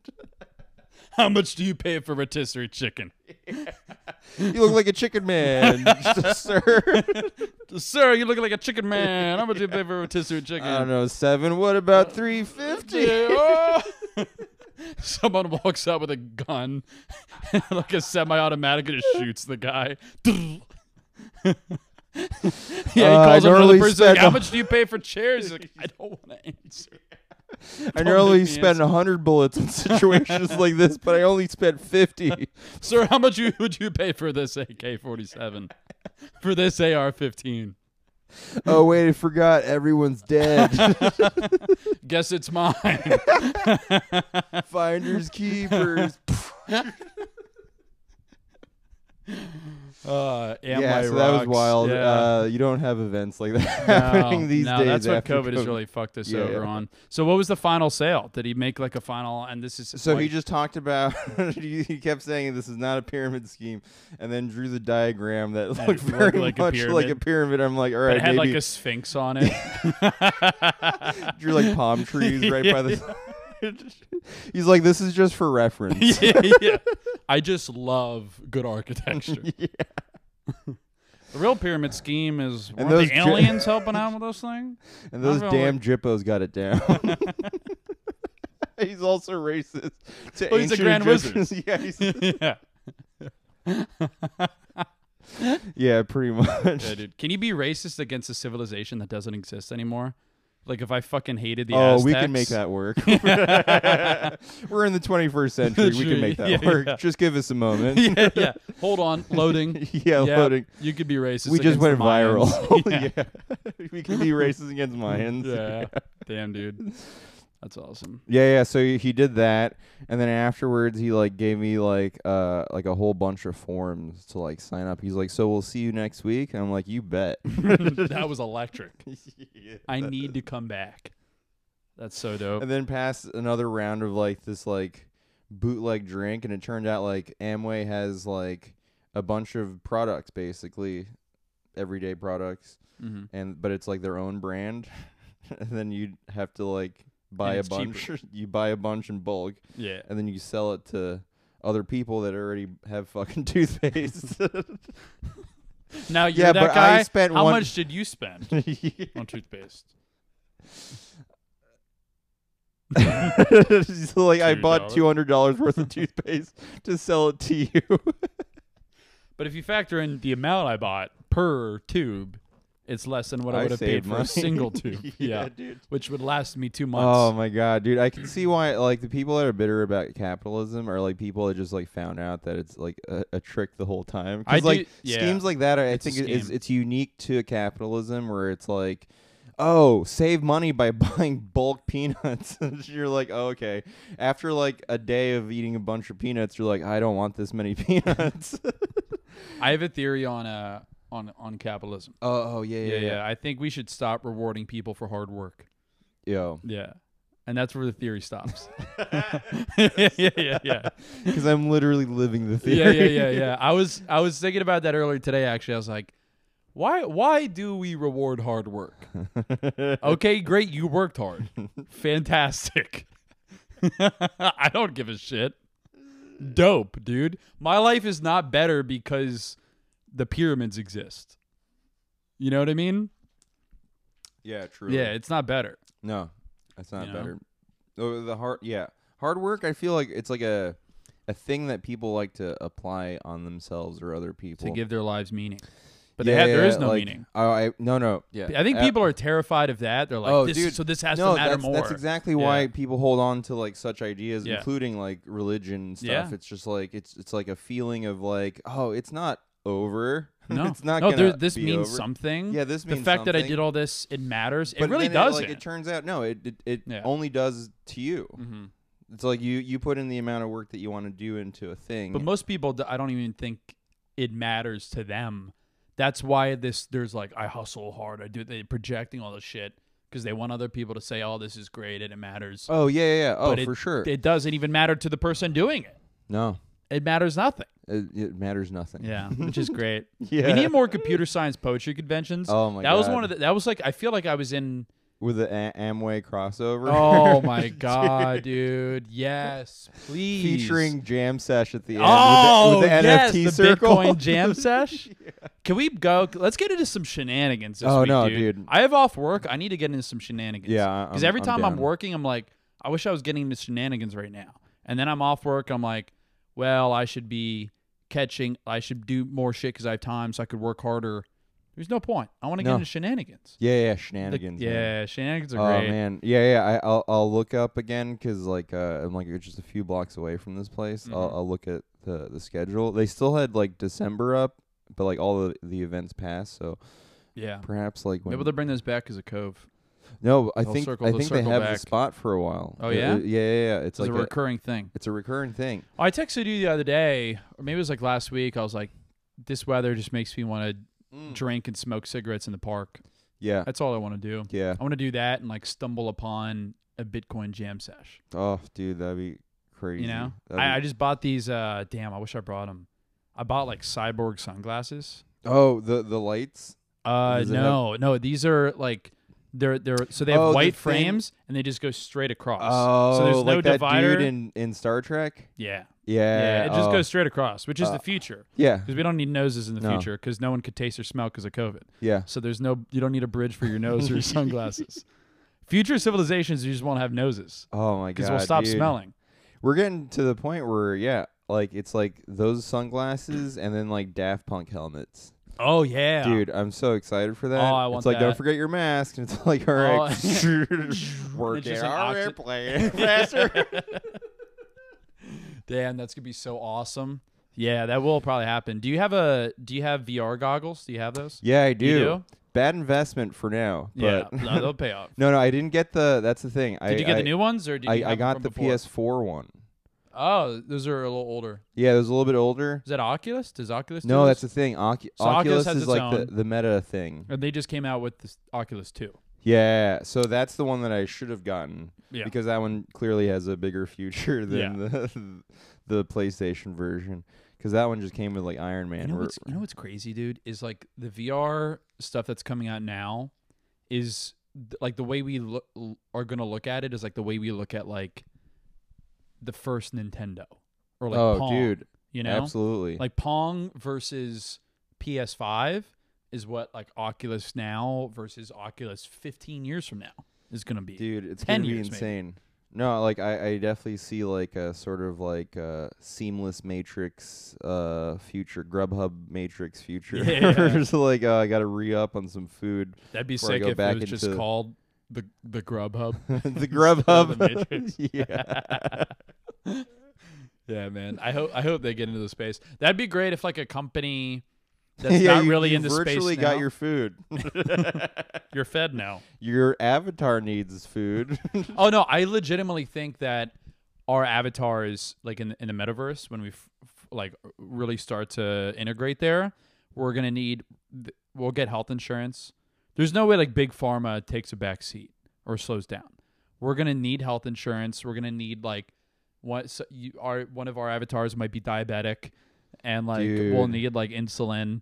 [SPEAKER 1] How much do you pay for rotisserie chicken?
[SPEAKER 2] you look like a chicken man, sir.
[SPEAKER 1] Sir, you look like a chicken man. How much do you pay for rotisserie chicken?
[SPEAKER 2] I don't know, seven. What about three fifty?
[SPEAKER 1] Uh, Yeah, oh. Someone walks out with a gun, like a semi-automatic, and just shoots the guy. yeah, he
[SPEAKER 2] Uh, I
[SPEAKER 1] calls over to
[SPEAKER 2] normally
[SPEAKER 1] the person. Like,
[SPEAKER 2] spend
[SPEAKER 1] How
[SPEAKER 2] a-
[SPEAKER 1] much do you pay for chairs? He's like, I don't want to answer.
[SPEAKER 2] I
[SPEAKER 1] make
[SPEAKER 2] normally
[SPEAKER 1] me
[SPEAKER 2] spend
[SPEAKER 1] answer.
[SPEAKER 2] hundred bullets in situations like this, but I only spent fifty.
[SPEAKER 1] Sir, how much you, would you pay for this AK-47? For this AR-15?
[SPEAKER 2] Oh wait, I forgot everyone's dead.
[SPEAKER 1] Guess it's mine.
[SPEAKER 2] Finders keepers.
[SPEAKER 1] Uh, am
[SPEAKER 2] yeah,
[SPEAKER 1] I
[SPEAKER 2] so that was
[SPEAKER 1] rocks?
[SPEAKER 2] wild.
[SPEAKER 1] Yeah.
[SPEAKER 2] Uh, you don't have events like that happening these
[SPEAKER 1] no,
[SPEAKER 2] days.
[SPEAKER 1] That's what
[SPEAKER 2] after
[SPEAKER 1] COVID, has really fucked us
[SPEAKER 2] Yeah,
[SPEAKER 1] over
[SPEAKER 2] yeah.
[SPEAKER 1] on. So what was the final sale? Did he make like a final? And this is
[SPEAKER 2] So he
[SPEAKER 1] like-
[SPEAKER 2] just talked about. he he kept saying this is not a pyramid scheme, and then drew the diagram that
[SPEAKER 1] it
[SPEAKER 2] looked
[SPEAKER 1] looked
[SPEAKER 2] very
[SPEAKER 1] like a
[SPEAKER 2] much like
[SPEAKER 1] pyramid.
[SPEAKER 2] a pyramid. I'm like, all
[SPEAKER 1] but
[SPEAKER 2] right,
[SPEAKER 1] it had
[SPEAKER 2] maybe
[SPEAKER 1] like a sphinx on it.
[SPEAKER 2] drew like palm trees right by the. He's like, this is just for reference.
[SPEAKER 1] yeah, yeah. I just love good architecture. The real pyramid scheme is
[SPEAKER 2] And
[SPEAKER 1] weren't the
[SPEAKER 2] those gi-
[SPEAKER 1] aliens helping out with those things?
[SPEAKER 2] And those
[SPEAKER 1] Not
[SPEAKER 2] damn Jippos got it down. he's also racist. To
[SPEAKER 1] Oh, he's a
[SPEAKER 2] ancient
[SPEAKER 1] Grand Wizard.
[SPEAKER 2] Egyptians. yeah, he's-
[SPEAKER 1] yeah.
[SPEAKER 2] yeah, pretty much.
[SPEAKER 1] Yeah, dude. Can you be racist against a civilization that doesn't exist anymore? Like if I fucking hated the
[SPEAKER 2] oh, we can
[SPEAKER 1] Aztecs?
[SPEAKER 2] make that work. We're in the 21st century. We can make that
[SPEAKER 1] Yeah,
[SPEAKER 2] work.
[SPEAKER 1] yeah.
[SPEAKER 2] Just give us a moment.
[SPEAKER 1] yeah, yeah. Hold on, loading.
[SPEAKER 2] Yeah,
[SPEAKER 1] Yep,
[SPEAKER 2] loading.
[SPEAKER 1] You could be racist.
[SPEAKER 2] We just
[SPEAKER 1] against the
[SPEAKER 2] went viral.
[SPEAKER 1] Mayans. yeah.
[SPEAKER 2] yeah. we can be racist against Mayans.
[SPEAKER 1] Yeah. Damn, dude. That's awesome.
[SPEAKER 2] Yeah, yeah. So he he did that, and then afterwards he like gave me like uh like a whole bunch of forms to like sign up. He's like, "So we'll see you next week," and I'm like, "You bet."
[SPEAKER 1] that was electric. I
[SPEAKER 2] That-
[SPEAKER 1] need to come back. That's so dope.
[SPEAKER 2] And then passed another round of like this like bootleg drink, and it turned out like Amway has like a bunch of products basically, everyday products,
[SPEAKER 1] hmm
[SPEAKER 2] and but it's like their own brand, and then you have to like buy a
[SPEAKER 1] it's cheaper.
[SPEAKER 2] bunch. you buy a bunch in bulk.
[SPEAKER 1] Yeah.
[SPEAKER 2] and then you sell it to other people that already have fucking toothpaste.
[SPEAKER 1] Now you're
[SPEAKER 2] Yeah,
[SPEAKER 1] that
[SPEAKER 2] but I
[SPEAKER 1] guy.
[SPEAKER 2] spent
[SPEAKER 1] How
[SPEAKER 2] one-
[SPEAKER 1] much did you spend on toothpaste?
[SPEAKER 2] so like I bought
[SPEAKER 1] $2.
[SPEAKER 2] two hundred dollars worth of toothpaste to sell it to you.
[SPEAKER 1] But if you factor in the amount I bought per tube, it's less than what I,
[SPEAKER 2] I
[SPEAKER 1] would have
[SPEAKER 2] saved
[SPEAKER 1] paid for
[SPEAKER 2] money.
[SPEAKER 1] a single tube. yeah.
[SPEAKER 2] dude.
[SPEAKER 1] Which would last me two
[SPEAKER 2] Oh
[SPEAKER 1] months.
[SPEAKER 2] my god, dude! I can see why like the people that are bitter about capitalism are like people that just like found out that it's like a, a trick the whole time. 'Cause,
[SPEAKER 1] I do-
[SPEAKER 2] like
[SPEAKER 1] yeah.
[SPEAKER 2] schemes like that, I, I
[SPEAKER 1] It's a
[SPEAKER 2] think it is
[SPEAKER 1] scheme.
[SPEAKER 2] it's unique to capitalism where it's like. Oh, save money by buying bulk peanuts. And you're like, oh, okay. After like a day of eating a bunch of peanuts, you're like, I don't want this many peanuts.
[SPEAKER 1] I have a theory on uh, on on capitalism.
[SPEAKER 2] Oh, oh yeah,
[SPEAKER 1] Yeah, yeah, I think we should stop rewarding people for hard work.
[SPEAKER 2] Yo,
[SPEAKER 1] Yeah. And that's where the theory stops. yeah, yeah, yeah, yeah.
[SPEAKER 2] because I'm literally living the theory.
[SPEAKER 1] Yeah, yeah, yeah, yeah. I was I was thinking about that earlier today actually. I was like, why why do we reward hard work? okay, great, you worked hard. Fantastic. I don't give a shit. Dope, dude. My life is not better because the pyramids exist. You know what I mean?
[SPEAKER 2] yeah, true.
[SPEAKER 1] Yeah, it's not better.
[SPEAKER 2] No, that's not
[SPEAKER 1] You know?
[SPEAKER 2] better. Oh, the hard, yeah, hard work. I feel like it's like a a thing that people like to apply on themselves or other people
[SPEAKER 1] to give their lives meaning. But they have, there is no
[SPEAKER 2] like-
[SPEAKER 1] meaning.
[SPEAKER 2] Oh, I no no. Yeah,
[SPEAKER 1] I think people are terrified of that. They're like,
[SPEAKER 2] Oh,
[SPEAKER 1] this,
[SPEAKER 2] dude.
[SPEAKER 1] so this has
[SPEAKER 2] no,
[SPEAKER 1] to matter
[SPEAKER 2] that's,
[SPEAKER 1] more.
[SPEAKER 2] that's exactly
[SPEAKER 1] Yeah.
[SPEAKER 2] why people hold on to like such ideas,
[SPEAKER 1] Yeah.
[SPEAKER 2] including like religion and stuff.
[SPEAKER 1] Yeah.
[SPEAKER 2] It's just like it's it's like a feeling of like, oh, it's not over.
[SPEAKER 1] No,
[SPEAKER 2] it's not.
[SPEAKER 1] no,
[SPEAKER 2] gonna
[SPEAKER 1] there- this
[SPEAKER 2] be
[SPEAKER 1] means
[SPEAKER 2] over.
[SPEAKER 1] something.
[SPEAKER 2] Yeah, this
[SPEAKER 1] the
[SPEAKER 2] means
[SPEAKER 1] fact that I
[SPEAKER 2] something.
[SPEAKER 1] did all this, it matters.
[SPEAKER 2] But
[SPEAKER 1] it really
[SPEAKER 2] then
[SPEAKER 1] doesn't.
[SPEAKER 2] Like, it turns out, no, it it, it
[SPEAKER 1] Yeah.
[SPEAKER 2] only does to you.
[SPEAKER 1] hmm
[SPEAKER 2] It's like you you put in the amount of work that you want to do into a thing.
[SPEAKER 1] But most people, d- I don't even think it matters to them. That's why this there's like I hustle hard. I do. They projecting all this shit because they want other people to say, "Oh, this is great and it matters."
[SPEAKER 2] oh yeah, yeah, yeah. Oh
[SPEAKER 1] But it-
[SPEAKER 2] for sure.
[SPEAKER 1] It doesn't even matter to the person doing it.
[SPEAKER 2] no,
[SPEAKER 1] It matters nothing.
[SPEAKER 2] it, it matters nothing.
[SPEAKER 1] Yeah, which is great.
[SPEAKER 2] yeah.
[SPEAKER 1] We need more computer science poetry conventions.
[SPEAKER 2] Oh my
[SPEAKER 1] that was
[SPEAKER 2] God.
[SPEAKER 1] one of the, that was like I feel like I was in
[SPEAKER 2] with the a- Amway crossover.
[SPEAKER 1] Oh my god, dude. Yes, please.
[SPEAKER 2] featuring jam sesh at the end
[SPEAKER 1] Oh,
[SPEAKER 2] with the, with the
[SPEAKER 1] yes,
[SPEAKER 2] NFT
[SPEAKER 1] the
[SPEAKER 2] circle.
[SPEAKER 1] Bitcoin jam sesh. Can we go? Let's get into some shenanigans. This
[SPEAKER 2] Oh,
[SPEAKER 1] week,
[SPEAKER 2] no,
[SPEAKER 1] dude.
[SPEAKER 2] dude.
[SPEAKER 1] I have off work. I need to get into some shenanigans.
[SPEAKER 2] Yeah, I-
[SPEAKER 1] because
[SPEAKER 2] I'm-
[SPEAKER 1] every
[SPEAKER 2] I'm
[SPEAKER 1] time I'm,
[SPEAKER 2] down.
[SPEAKER 1] working, I'm like, I wish I was getting into shenanigans right now. And then I'm off work. I'm like, well, I should be catching. I should do more shit because I have time, so I could work harder. There's no point. I want to get
[SPEAKER 2] No.
[SPEAKER 1] into shenanigans.
[SPEAKER 2] yeah, yeah,
[SPEAKER 1] The-
[SPEAKER 2] shenanigans.
[SPEAKER 1] yeah,
[SPEAKER 2] man.
[SPEAKER 1] shenanigans are
[SPEAKER 2] Oh
[SPEAKER 1] great.
[SPEAKER 2] man, yeah, yeah. I, I'll I'll look up again because like uh, I'm like just a few blocks away from this place. I'll,
[SPEAKER 1] Mhm.
[SPEAKER 2] I'll look at the the schedule. They still had like December up, but like all the the events passed. So
[SPEAKER 1] Oh. Yeah,
[SPEAKER 2] perhaps like when
[SPEAKER 1] maybe they'll bring those back as a cove.
[SPEAKER 2] no, I
[SPEAKER 1] They'll
[SPEAKER 2] think
[SPEAKER 1] circle-
[SPEAKER 2] I
[SPEAKER 1] they'll
[SPEAKER 2] think they
[SPEAKER 1] circle
[SPEAKER 2] have
[SPEAKER 1] back.
[SPEAKER 2] the spot for a while.
[SPEAKER 1] Oh,
[SPEAKER 2] It-
[SPEAKER 1] yeah?
[SPEAKER 2] it- yeah, yeah, yeah. It's
[SPEAKER 1] It's
[SPEAKER 2] like
[SPEAKER 1] a
[SPEAKER 2] a-
[SPEAKER 1] recurring thing.
[SPEAKER 2] it's a recurring thing.
[SPEAKER 1] I texted you the other day, or maybe it was like last week. I was like, "This weather just makes me want to drink and smoke cigarettes in the park."
[SPEAKER 2] Mm. Yeah,
[SPEAKER 1] That's all I want to do.
[SPEAKER 2] yeah.
[SPEAKER 1] I want to do that and like stumble upon a Bitcoin jam sesh.
[SPEAKER 2] Oh, dude, that'd be crazy.
[SPEAKER 1] You know,
[SPEAKER 2] That'd be-
[SPEAKER 1] I, I just bought these. uh Damn, I wish I brought them. I bought like cyborg sunglasses.
[SPEAKER 2] oh the the lights.
[SPEAKER 1] Uh,
[SPEAKER 2] Does it have-
[SPEAKER 1] no, no, these are like. They're they're so they have
[SPEAKER 2] Oh, the
[SPEAKER 1] white
[SPEAKER 2] thing-
[SPEAKER 1] frames and they just go straight across.
[SPEAKER 2] Oh,
[SPEAKER 1] so there's no
[SPEAKER 2] like that
[SPEAKER 1] divider.
[SPEAKER 2] dude in, in Star Trek.
[SPEAKER 1] yeah,
[SPEAKER 2] Yeah,
[SPEAKER 1] yeah, it just
[SPEAKER 2] oh.
[SPEAKER 1] goes straight across, which is
[SPEAKER 2] Uh,
[SPEAKER 1] the future.
[SPEAKER 2] Yeah,
[SPEAKER 1] because we don't need noses in the
[SPEAKER 2] No.
[SPEAKER 1] future because no one could taste or smell because of COVID.
[SPEAKER 2] yeah.
[SPEAKER 1] So there's no, you don't need a bridge for your nose or your sunglasses. Future civilizations, you just won't have noses
[SPEAKER 2] Oh my god.
[SPEAKER 1] because we'll stop
[SPEAKER 2] dude.
[SPEAKER 1] smelling.
[SPEAKER 2] We're getting to the point where yeah, like it's like those sunglasses and then like Daft Punk helmets.
[SPEAKER 1] Oh yeah, Oh,
[SPEAKER 2] Dude, I'm so excited for that.
[SPEAKER 1] I want
[SPEAKER 2] it's like don't
[SPEAKER 1] that.
[SPEAKER 2] forget your mask, and it's like all right,
[SPEAKER 1] It's
[SPEAKER 2] work
[SPEAKER 1] just
[SPEAKER 2] it.
[SPEAKER 1] an
[SPEAKER 2] All
[SPEAKER 1] oxy-
[SPEAKER 2] right, play it faster.
[SPEAKER 1] Damn, that's gonna be so awesome. Yeah, that will probably happen. Do you have a? Do you have VR goggles? Do you have those?
[SPEAKER 2] yeah, I do.
[SPEAKER 1] You
[SPEAKER 2] Bad investment for now, but
[SPEAKER 1] yeah, no, they'll pay off.
[SPEAKER 2] no, no, I didn't get the. That's the thing. I,
[SPEAKER 1] Did you get
[SPEAKER 2] I,
[SPEAKER 1] the new ones or did you?
[SPEAKER 2] I, I
[SPEAKER 1] have them
[SPEAKER 2] got
[SPEAKER 1] from
[SPEAKER 2] the
[SPEAKER 1] before?
[SPEAKER 2] PS4 one.
[SPEAKER 1] Oh, those are a little older.
[SPEAKER 2] Yeah, it was a little bit older.
[SPEAKER 1] Is that Oculus? Does Oculus? do
[SPEAKER 2] No,
[SPEAKER 1] those?
[SPEAKER 2] that's the thing. Ocu-
[SPEAKER 1] So
[SPEAKER 2] Oculus,
[SPEAKER 1] Oculus has
[SPEAKER 2] is
[SPEAKER 1] its
[SPEAKER 2] like the,
[SPEAKER 1] own.
[SPEAKER 2] the meta thing.
[SPEAKER 1] And they just came out with this Oculus Two.
[SPEAKER 2] Yeah, so that's the one that I should have gotten
[SPEAKER 1] Yeah.
[SPEAKER 2] because that one clearly has a bigger future than
[SPEAKER 1] Yeah.
[SPEAKER 2] the the PlayStation version because that one just came with like Iron Man.
[SPEAKER 1] You know,
[SPEAKER 2] where-
[SPEAKER 1] what's, you know what's crazy, dude, is like the VR stuff that's coming out now is th- like the way we look, are going to look at it is like the way we look at like the first Nintendo or like
[SPEAKER 2] oh,
[SPEAKER 1] Pong,
[SPEAKER 2] dude,
[SPEAKER 1] you know?
[SPEAKER 2] absolutely.
[SPEAKER 1] Like Pong versus PS5 is what like Oculus now versus Oculus 15 years from now is going to be.
[SPEAKER 2] dude, it's
[SPEAKER 1] 10
[SPEAKER 2] gonna be
[SPEAKER 1] years maybe.
[SPEAKER 2] insane. No, like I, I definitely see like a sort of like a seamless Matrix uh future, Grubhub Matrix future.
[SPEAKER 1] Yeah.
[SPEAKER 2] so like uh, I got to re up on some food.
[SPEAKER 1] That'd be
[SPEAKER 2] before I
[SPEAKER 1] sick
[SPEAKER 2] go
[SPEAKER 1] if it
[SPEAKER 2] back
[SPEAKER 1] was just
[SPEAKER 2] into-
[SPEAKER 1] called the the Grubhub.
[SPEAKER 2] the
[SPEAKER 1] Grubhub.
[SPEAKER 2] Grubhub. yeah.
[SPEAKER 1] Yeah, man. I hope I hope they get into the space. That'd be great if like a company that's
[SPEAKER 2] yeah,
[SPEAKER 1] not
[SPEAKER 2] you,
[SPEAKER 1] really
[SPEAKER 2] you
[SPEAKER 1] into space.
[SPEAKER 2] virtually got
[SPEAKER 1] now-
[SPEAKER 2] your food.
[SPEAKER 1] you're fed now.
[SPEAKER 2] your avatar needs food.
[SPEAKER 1] Oh no, I legitimately think that our avatars, like in in the metaverse, when we f- f- like really start to integrate there, We're gonna need. th- We'll get health insurance. There's no way like big pharma takes a back seat or slows down. We're gonna need health insurance. We're gonna need like what so you are one of our avatars might be diabetic, and like we'll
[SPEAKER 2] Dude.
[SPEAKER 1] need like insulin,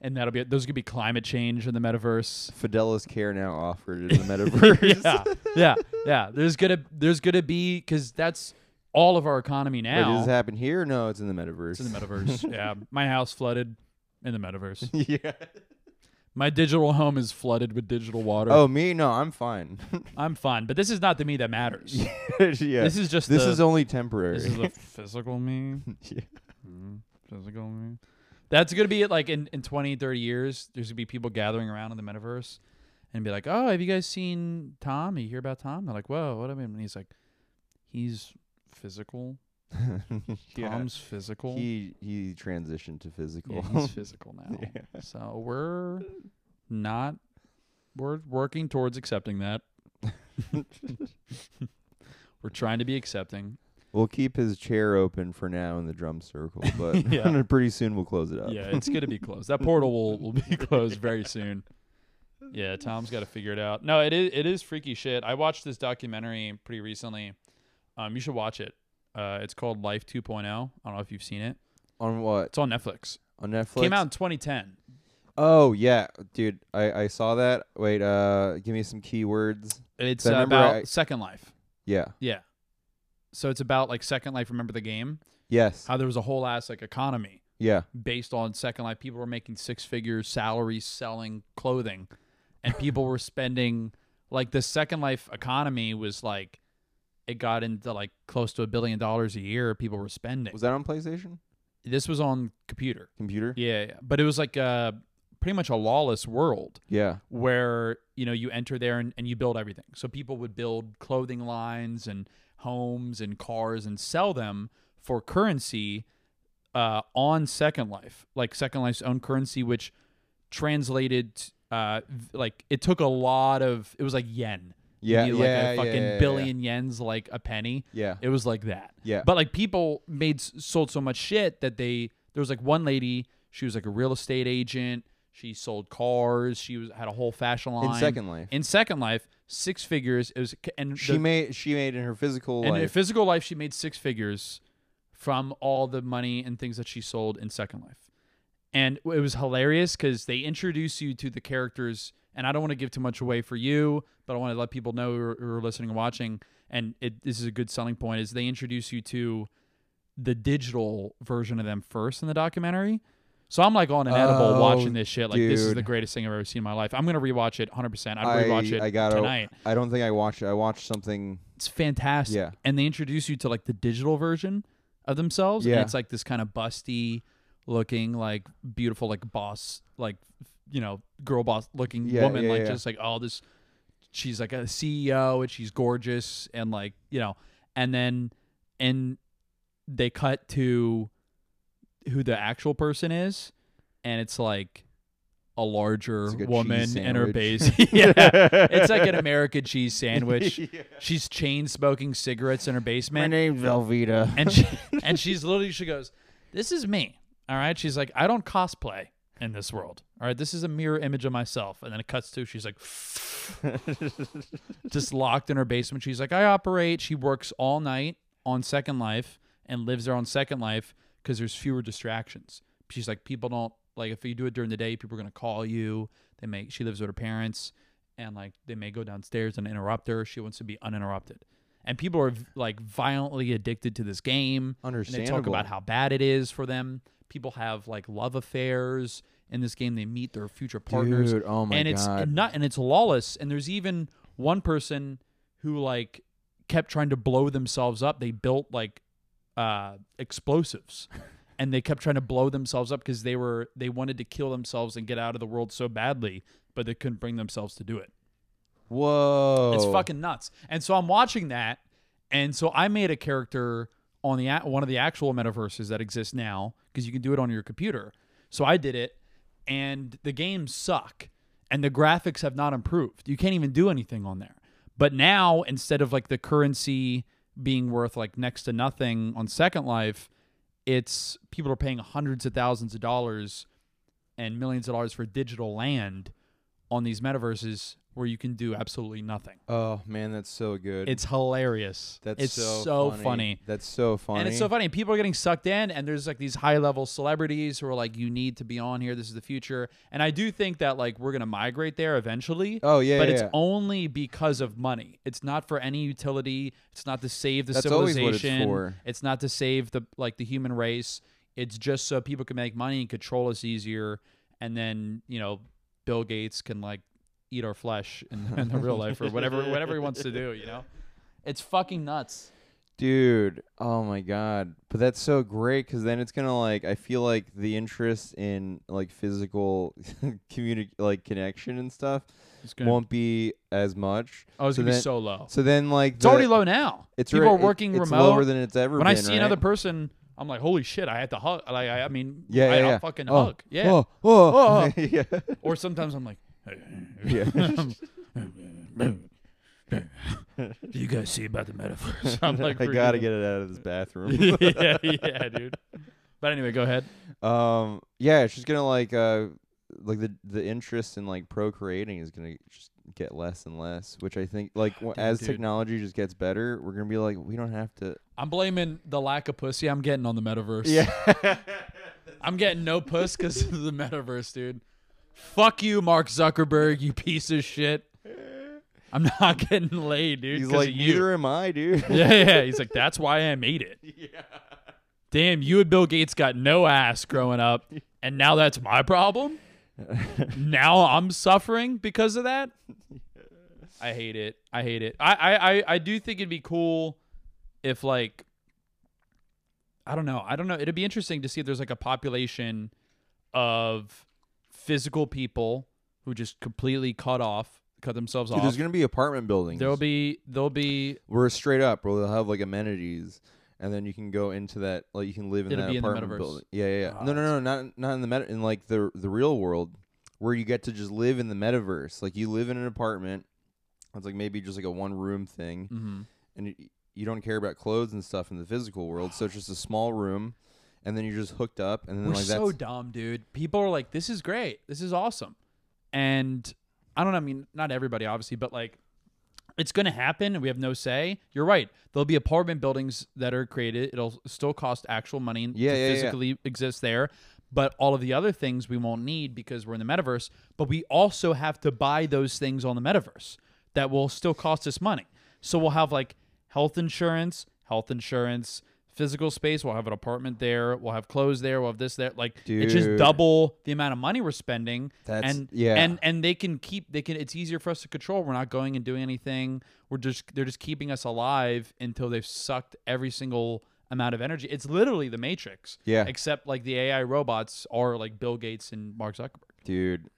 [SPEAKER 1] and that'll be those could be climate change in the metaverse.
[SPEAKER 2] Fidelis Care now offered in the metaverse.
[SPEAKER 1] yeah, yeah, yeah. There's gonna there's gonna be because that's all of our economy
[SPEAKER 2] Wait,
[SPEAKER 1] now.
[SPEAKER 2] does this happen here? No, it's in the metaverse.
[SPEAKER 1] It's in the metaverse. yeah, my house flooded in the metaverse.
[SPEAKER 2] yeah.
[SPEAKER 1] My digital home is flooded with digital water.
[SPEAKER 2] Oh, me? No, I'm fine.
[SPEAKER 1] I'm fine, but this is not the me that matters.
[SPEAKER 2] yeah.
[SPEAKER 1] This is just
[SPEAKER 2] This
[SPEAKER 1] the,
[SPEAKER 2] is only temporary.
[SPEAKER 1] this is the physical me.
[SPEAKER 2] Yeah.
[SPEAKER 1] Mhm. Physical me. That's gonna be it. Like in in 20, 30 years, there's gonna be people gathering around in the metaverse and be like, "Oh, have you guys seen Tom? You hear about Tom?" They're like, "Whoa, what I mean?" And he's like, "He's physical.
[SPEAKER 2] Yeah.
[SPEAKER 1] Tom's physical.
[SPEAKER 2] He he transitioned to physical.
[SPEAKER 1] Yeah, he's physical now.
[SPEAKER 2] Yeah.
[SPEAKER 1] So we're not we're working towards accepting that. we're trying to be accepting.
[SPEAKER 2] we'll keep his chair open for now in the drum circle, but
[SPEAKER 1] Yeah.
[SPEAKER 2] pretty soon we'll close it up.
[SPEAKER 1] Yeah, it's gonna be closed. That portal will, will be closed very soon. Yeah, Tom's got to figure it out. No, it is it is freaky shit. I watched this documentary pretty recently. Um, you should watch it. Uh, it's called Life 2.0. I don't know if you've seen it.
[SPEAKER 2] On what?
[SPEAKER 1] It's on Netflix.
[SPEAKER 2] On Netflix?
[SPEAKER 1] Came out in 2010.
[SPEAKER 2] Oh yeah, dude. I, I saw that. Wait, uh give me some keywords.
[SPEAKER 1] It's
[SPEAKER 2] I
[SPEAKER 1] uh,
[SPEAKER 2] remember
[SPEAKER 1] about
[SPEAKER 2] I-
[SPEAKER 1] Second Life.
[SPEAKER 2] Yeah.
[SPEAKER 1] Yeah. So it's about like Second Life. Remember the game?
[SPEAKER 2] Yes.
[SPEAKER 1] How there was a whole ass like economy
[SPEAKER 2] yeah.
[SPEAKER 1] based on Second Life. People were making six figures salaries selling clothing, and people were spending like the Second Life economy was like it got into like close to a billion dollars a year. People were spending.
[SPEAKER 2] Was that on PlayStation?
[SPEAKER 1] this was on computer.
[SPEAKER 2] Computer?
[SPEAKER 1] Yeah, yeah. but it was like uh pretty much a lawless world
[SPEAKER 2] Yeah.
[SPEAKER 1] where you know you enter there and, and you build everything so people would build clothing lines and homes and cars and sell them for currency uh, on second life like second life's own currency which translated uh, v- like it took a lot of it was like yen You
[SPEAKER 2] Yeah,
[SPEAKER 1] need,
[SPEAKER 2] yeah,
[SPEAKER 1] like a
[SPEAKER 2] yeah,
[SPEAKER 1] fucking
[SPEAKER 2] yeah, yeah.
[SPEAKER 1] billion yen's like a penny
[SPEAKER 2] Yeah.
[SPEAKER 1] it was like that.
[SPEAKER 2] Yeah.
[SPEAKER 1] But like people made s- sold so much shit that they there was like one lady, she was like a real estate agent. She sold cars. She was had a whole fashion line.
[SPEAKER 2] Second Life.
[SPEAKER 1] In Second Life, six figures. It was and
[SPEAKER 2] She
[SPEAKER 1] the-
[SPEAKER 2] made she made in her physical
[SPEAKER 1] and in
[SPEAKER 2] life.
[SPEAKER 1] physical life she made six figures from all the money and things that she sold in Second Life. And it was hilarious because they introduce you to the characters, and I don't want to give too much away for you, but I want to let people know who are, who are listening and watching. And it, this is a good selling point: is they introduce you to the digital version of them first in the documentary. So I'm like on an edible
[SPEAKER 2] Oh,
[SPEAKER 1] watching this shit. Like this is
[SPEAKER 2] dude.
[SPEAKER 1] the greatest thing I've ever seen in my life. I'm gonna rewatch it 100. percent I'd
[SPEAKER 2] I-
[SPEAKER 1] rewatch it
[SPEAKER 2] I gotta-
[SPEAKER 1] tonight
[SPEAKER 2] I don't think I watched it. I watched something
[SPEAKER 1] it's fantastic.
[SPEAKER 2] Yeah.
[SPEAKER 1] And they introduce you to like the digital version of themselves.
[SPEAKER 2] Yeah.
[SPEAKER 1] And it's like this kind of busty looking, like beautiful, like boss, like, you know, girl boss looking
[SPEAKER 2] Yeah,
[SPEAKER 1] woman.
[SPEAKER 2] yeah,
[SPEAKER 1] like
[SPEAKER 2] yeah.
[SPEAKER 1] just like, oh, this, she's like a CEO and she's gorgeous. And like, you know, and then, and they cut to who the actual person is. And it's like, a larger
[SPEAKER 2] It's like a cheese
[SPEAKER 1] woman in
[SPEAKER 2] sandwich.
[SPEAKER 1] her base. yeah. It's like an American cheese sandwich.
[SPEAKER 2] Yeah.
[SPEAKER 1] She's chain smoking cigarettes in her
[SPEAKER 2] My
[SPEAKER 1] basement,
[SPEAKER 2] name's Velveeta.
[SPEAKER 1] and she, and she's literally she goes, "This is me." All right, she's like, "I don't cosplay in this world." All right, this is a mirror image of myself. And then it cuts to she's like, just locked in her basement. She's like, "I operate." She works all night on Second Life and lives there on Second Life because there's fewer distractions. She's like, people don't like if you do it during the day, people are gonna call you. They may she lives with her parents, and like they may go downstairs and interrupt her. She wants to be uninterrupted, and people are like violently addicted to this game. And they talk
[SPEAKER 2] Understandable.
[SPEAKER 1] about how bad it is for them. People have like love affairs in this game. They meet their future partners
[SPEAKER 2] Dude, oh my
[SPEAKER 1] and it's
[SPEAKER 2] god.
[SPEAKER 1] not and it's lawless and there's even one person who like kept trying to blow themselves up they built like uh explosives and they kept trying to blow themselves up because they were they wanted to kill themselves and get out of the world so badly but they couldn't bring themselves to do it
[SPEAKER 2] Whoa.
[SPEAKER 1] it's fucking nuts. And so I'm watching that, and so I made a character on the a- one of the actual metaverses that exist now because you can do it on your computer. So I did it, and the games suck, and the graphics have not improved. You can't even do anything on there. But now instead of like the currency being worth like next to nothing on Second Life, it's people are paying hundreds of thousands of dollars and millions of dollars for digital land on these metaverses where you can do absolutely nothing.
[SPEAKER 2] Oh man, that's so good.
[SPEAKER 1] It's hilarious.
[SPEAKER 2] that's
[SPEAKER 1] it's
[SPEAKER 2] so,
[SPEAKER 1] funny.
[SPEAKER 2] That's so funny.
[SPEAKER 1] And it's so funny. People are getting sucked in, and there's like these high level celebrities who are like, you need to be on here. This is the future. And I do think that like we're going to migrate there eventually.
[SPEAKER 2] Oh yeah,
[SPEAKER 1] but
[SPEAKER 2] yeah,
[SPEAKER 1] it's
[SPEAKER 2] yeah.
[SPEAKER 1] only because of money. It's not for any utility. It's not to save the
[SPEAKER 2] That's always
[SPEAKER 1] civilization.
[SPEAKER 2] what it's for.
[SPEAKER 1] It's not to save the like the human race. It's just so people can make money and control us easier, and then you know Bill Gates can like eat our flesh in, in the real life or whatever whatever he wants to do. You know, it's fucking nuts.
[SPEAKER 2] Dude, oh my god. But that's so great cuz then it's going to like I feel like the interest in like physical communi- like connection and stuff
[SPEAKER 1] It's gonna,
[SPEAKER 2] won't be as much.
[SPEAKER 1] oh, it's
[SPEAKER 2] so
[SPEAKER 1] gonna
[SPEAKER 2] then-
[SPEAKER 1] be so low.
[SPEAKER 2] So then like
[SPEAKER 1] It's already low now.
[SPEAKER 2] It's
[SPEAKER 1] people
[SPEAKER 2] alre-
[SPEAKER 1] are working
[SPEAKER 2] it- it's
[SPEAKER 1] remote.
[SPEAKER 2] lower than it's ever
[SPEAKER 1] when
[SPEAKER 2] been.
[SPEAKER 1] I see
[SPEAKER 2] right?
[SPEAKER 1] another person, I'm like, holy shit! I have to hug. Like, I, I mean,
[SPEAKER 2] Yeah,
[SPEAKER 1] I,
[SPEAKER 2] yeah,
[SPEAKER 1] I'll
[SPEAKER 2] yeah.
[SPEAKER 1] fucking
[SPEAKER 2] Oh,
[SPEAKER 1] hug. Yeah.
[SPEAKER 2] Oh, oh.
[SPEAKER 1] Oh,
[SPEAKER 2] yeah.
[SPEAKER 1] Or sometimes I'm like,
[SPEAKER 2] Yeah.
[SPEAKER 1] Do you guys see about the metaphors? I'm like,
[SPEAKER 2] I got to get it out of this bathroom.
[SPEAKER 1] yeah, yeah, dude. But anyway, go ahead.
[SPEAKER 2] um yeah it's just gonna like uh like the the interest in like procreating is gonna just get less and less which i think like w-
[SPEAKER 1] Dude,
[SPEAKER 2] as
[SPEAKER 1] dude.
[SPEAKER 2] technology just gets better we're gonna be like we don't have to
[SPEAKER 1] I'm blaming the lack of pussy I'm getting on the metaverse. I'm getting no puss because of the metaverse, dude. Fuck you, Mark Zuckerberg, you piece of shit. I'm not getting laid, dude.
[SPEAKER 2] he's
[SPEAKER 1] 'cause
[SPEAKER 2] like
[SPEAKER 1] of you.
[SPEAKER 2] neither am i dude
[SPEAKER 1] yeah, yeah. He's like, that's why I made it. Damn, you and Bill Gates got no ass growing up, and now that's my problem. now I'm suffering because of that. I hate it. I hate it. I, I, I, I do think it'd be cool if like I don't know. I don't know. It'd be interesting to see if there's like a population of physical people who just completely cut off, cut themselves
[SPEAKER 2] Dude,
[SPEAKER 1] off.
[SPEAKER 2] there's gonna be apartment buildings
[SPEAKER 1] There'll be there'll be
[SPEAKER 2] we're straight up where they'll have like amenities and then you can go into that like you can live in
[SPEAKER 1] It'll
[SPEAKER 2] that
[SPEAKER 1] be in the
[SPEAKER 2] apartment
[SPEAKER 1] metaverse.
[SPEAKER 2] building yeah yeah, yeah.
[SPEAKER 1] Ah,
[SPEAKER 2] no no no not not in the meta in like the the real world where you get to just live in the metaverse like you live in an apartment it's like maybe just like a one room thing
[SPEAKER 1] mhm.
[SPEAKER 2] and you, you don't care about clothes and stuff in the physical world. So it's just a small room, and then you're just hooked up, and then
[SPEAKER 1] We're
[SPEAKER 2] like
[SPEAKER 1] so
[SPEAKER 2] that's
[SPEAKER 1] dumb, dude. People are like, "This is great. This is awesome," and I don't. know. I mean, not everybody, obviously, but like, it's going to happen. and We have no say. You're right. There'll be apartment buildings that are created. It'll still cost actual money
[SPEAKER 2] Yeah,
[SPEAKER 1] to
[SPEAKER 2] yeah, yeah.
[SPEAKER 1] physically exist there, but all of the other things we won't need because we're in the metaverse. But we also have to buy those things on the metaverse that will still cost us money. So we'll have like health insurance, health insurance, physical space. We'll have an apartment there. We'll have clothes there. We'll have this there. Like it's
[SPEAKER 2] Dude.
[SPEAKER 1] just double the amount of money we're spending.
[SPEAKER 2] That's-
[SPEAKER 1] and
[SPEAKER 2] yeah.
[SPEAKER 1] and and they can keep they can. It's easier for us to control. We're not going and doing anything. We're just they're just keeping us alive until they've sucked every single amount of energy. It's literally the Matrix.
[SPEAKER 2] Yeah.
[SPEAKER 1] Except like the AI robots are like Bill Gates and Mark Zuckerberg.
[SPEAKER 2] dude.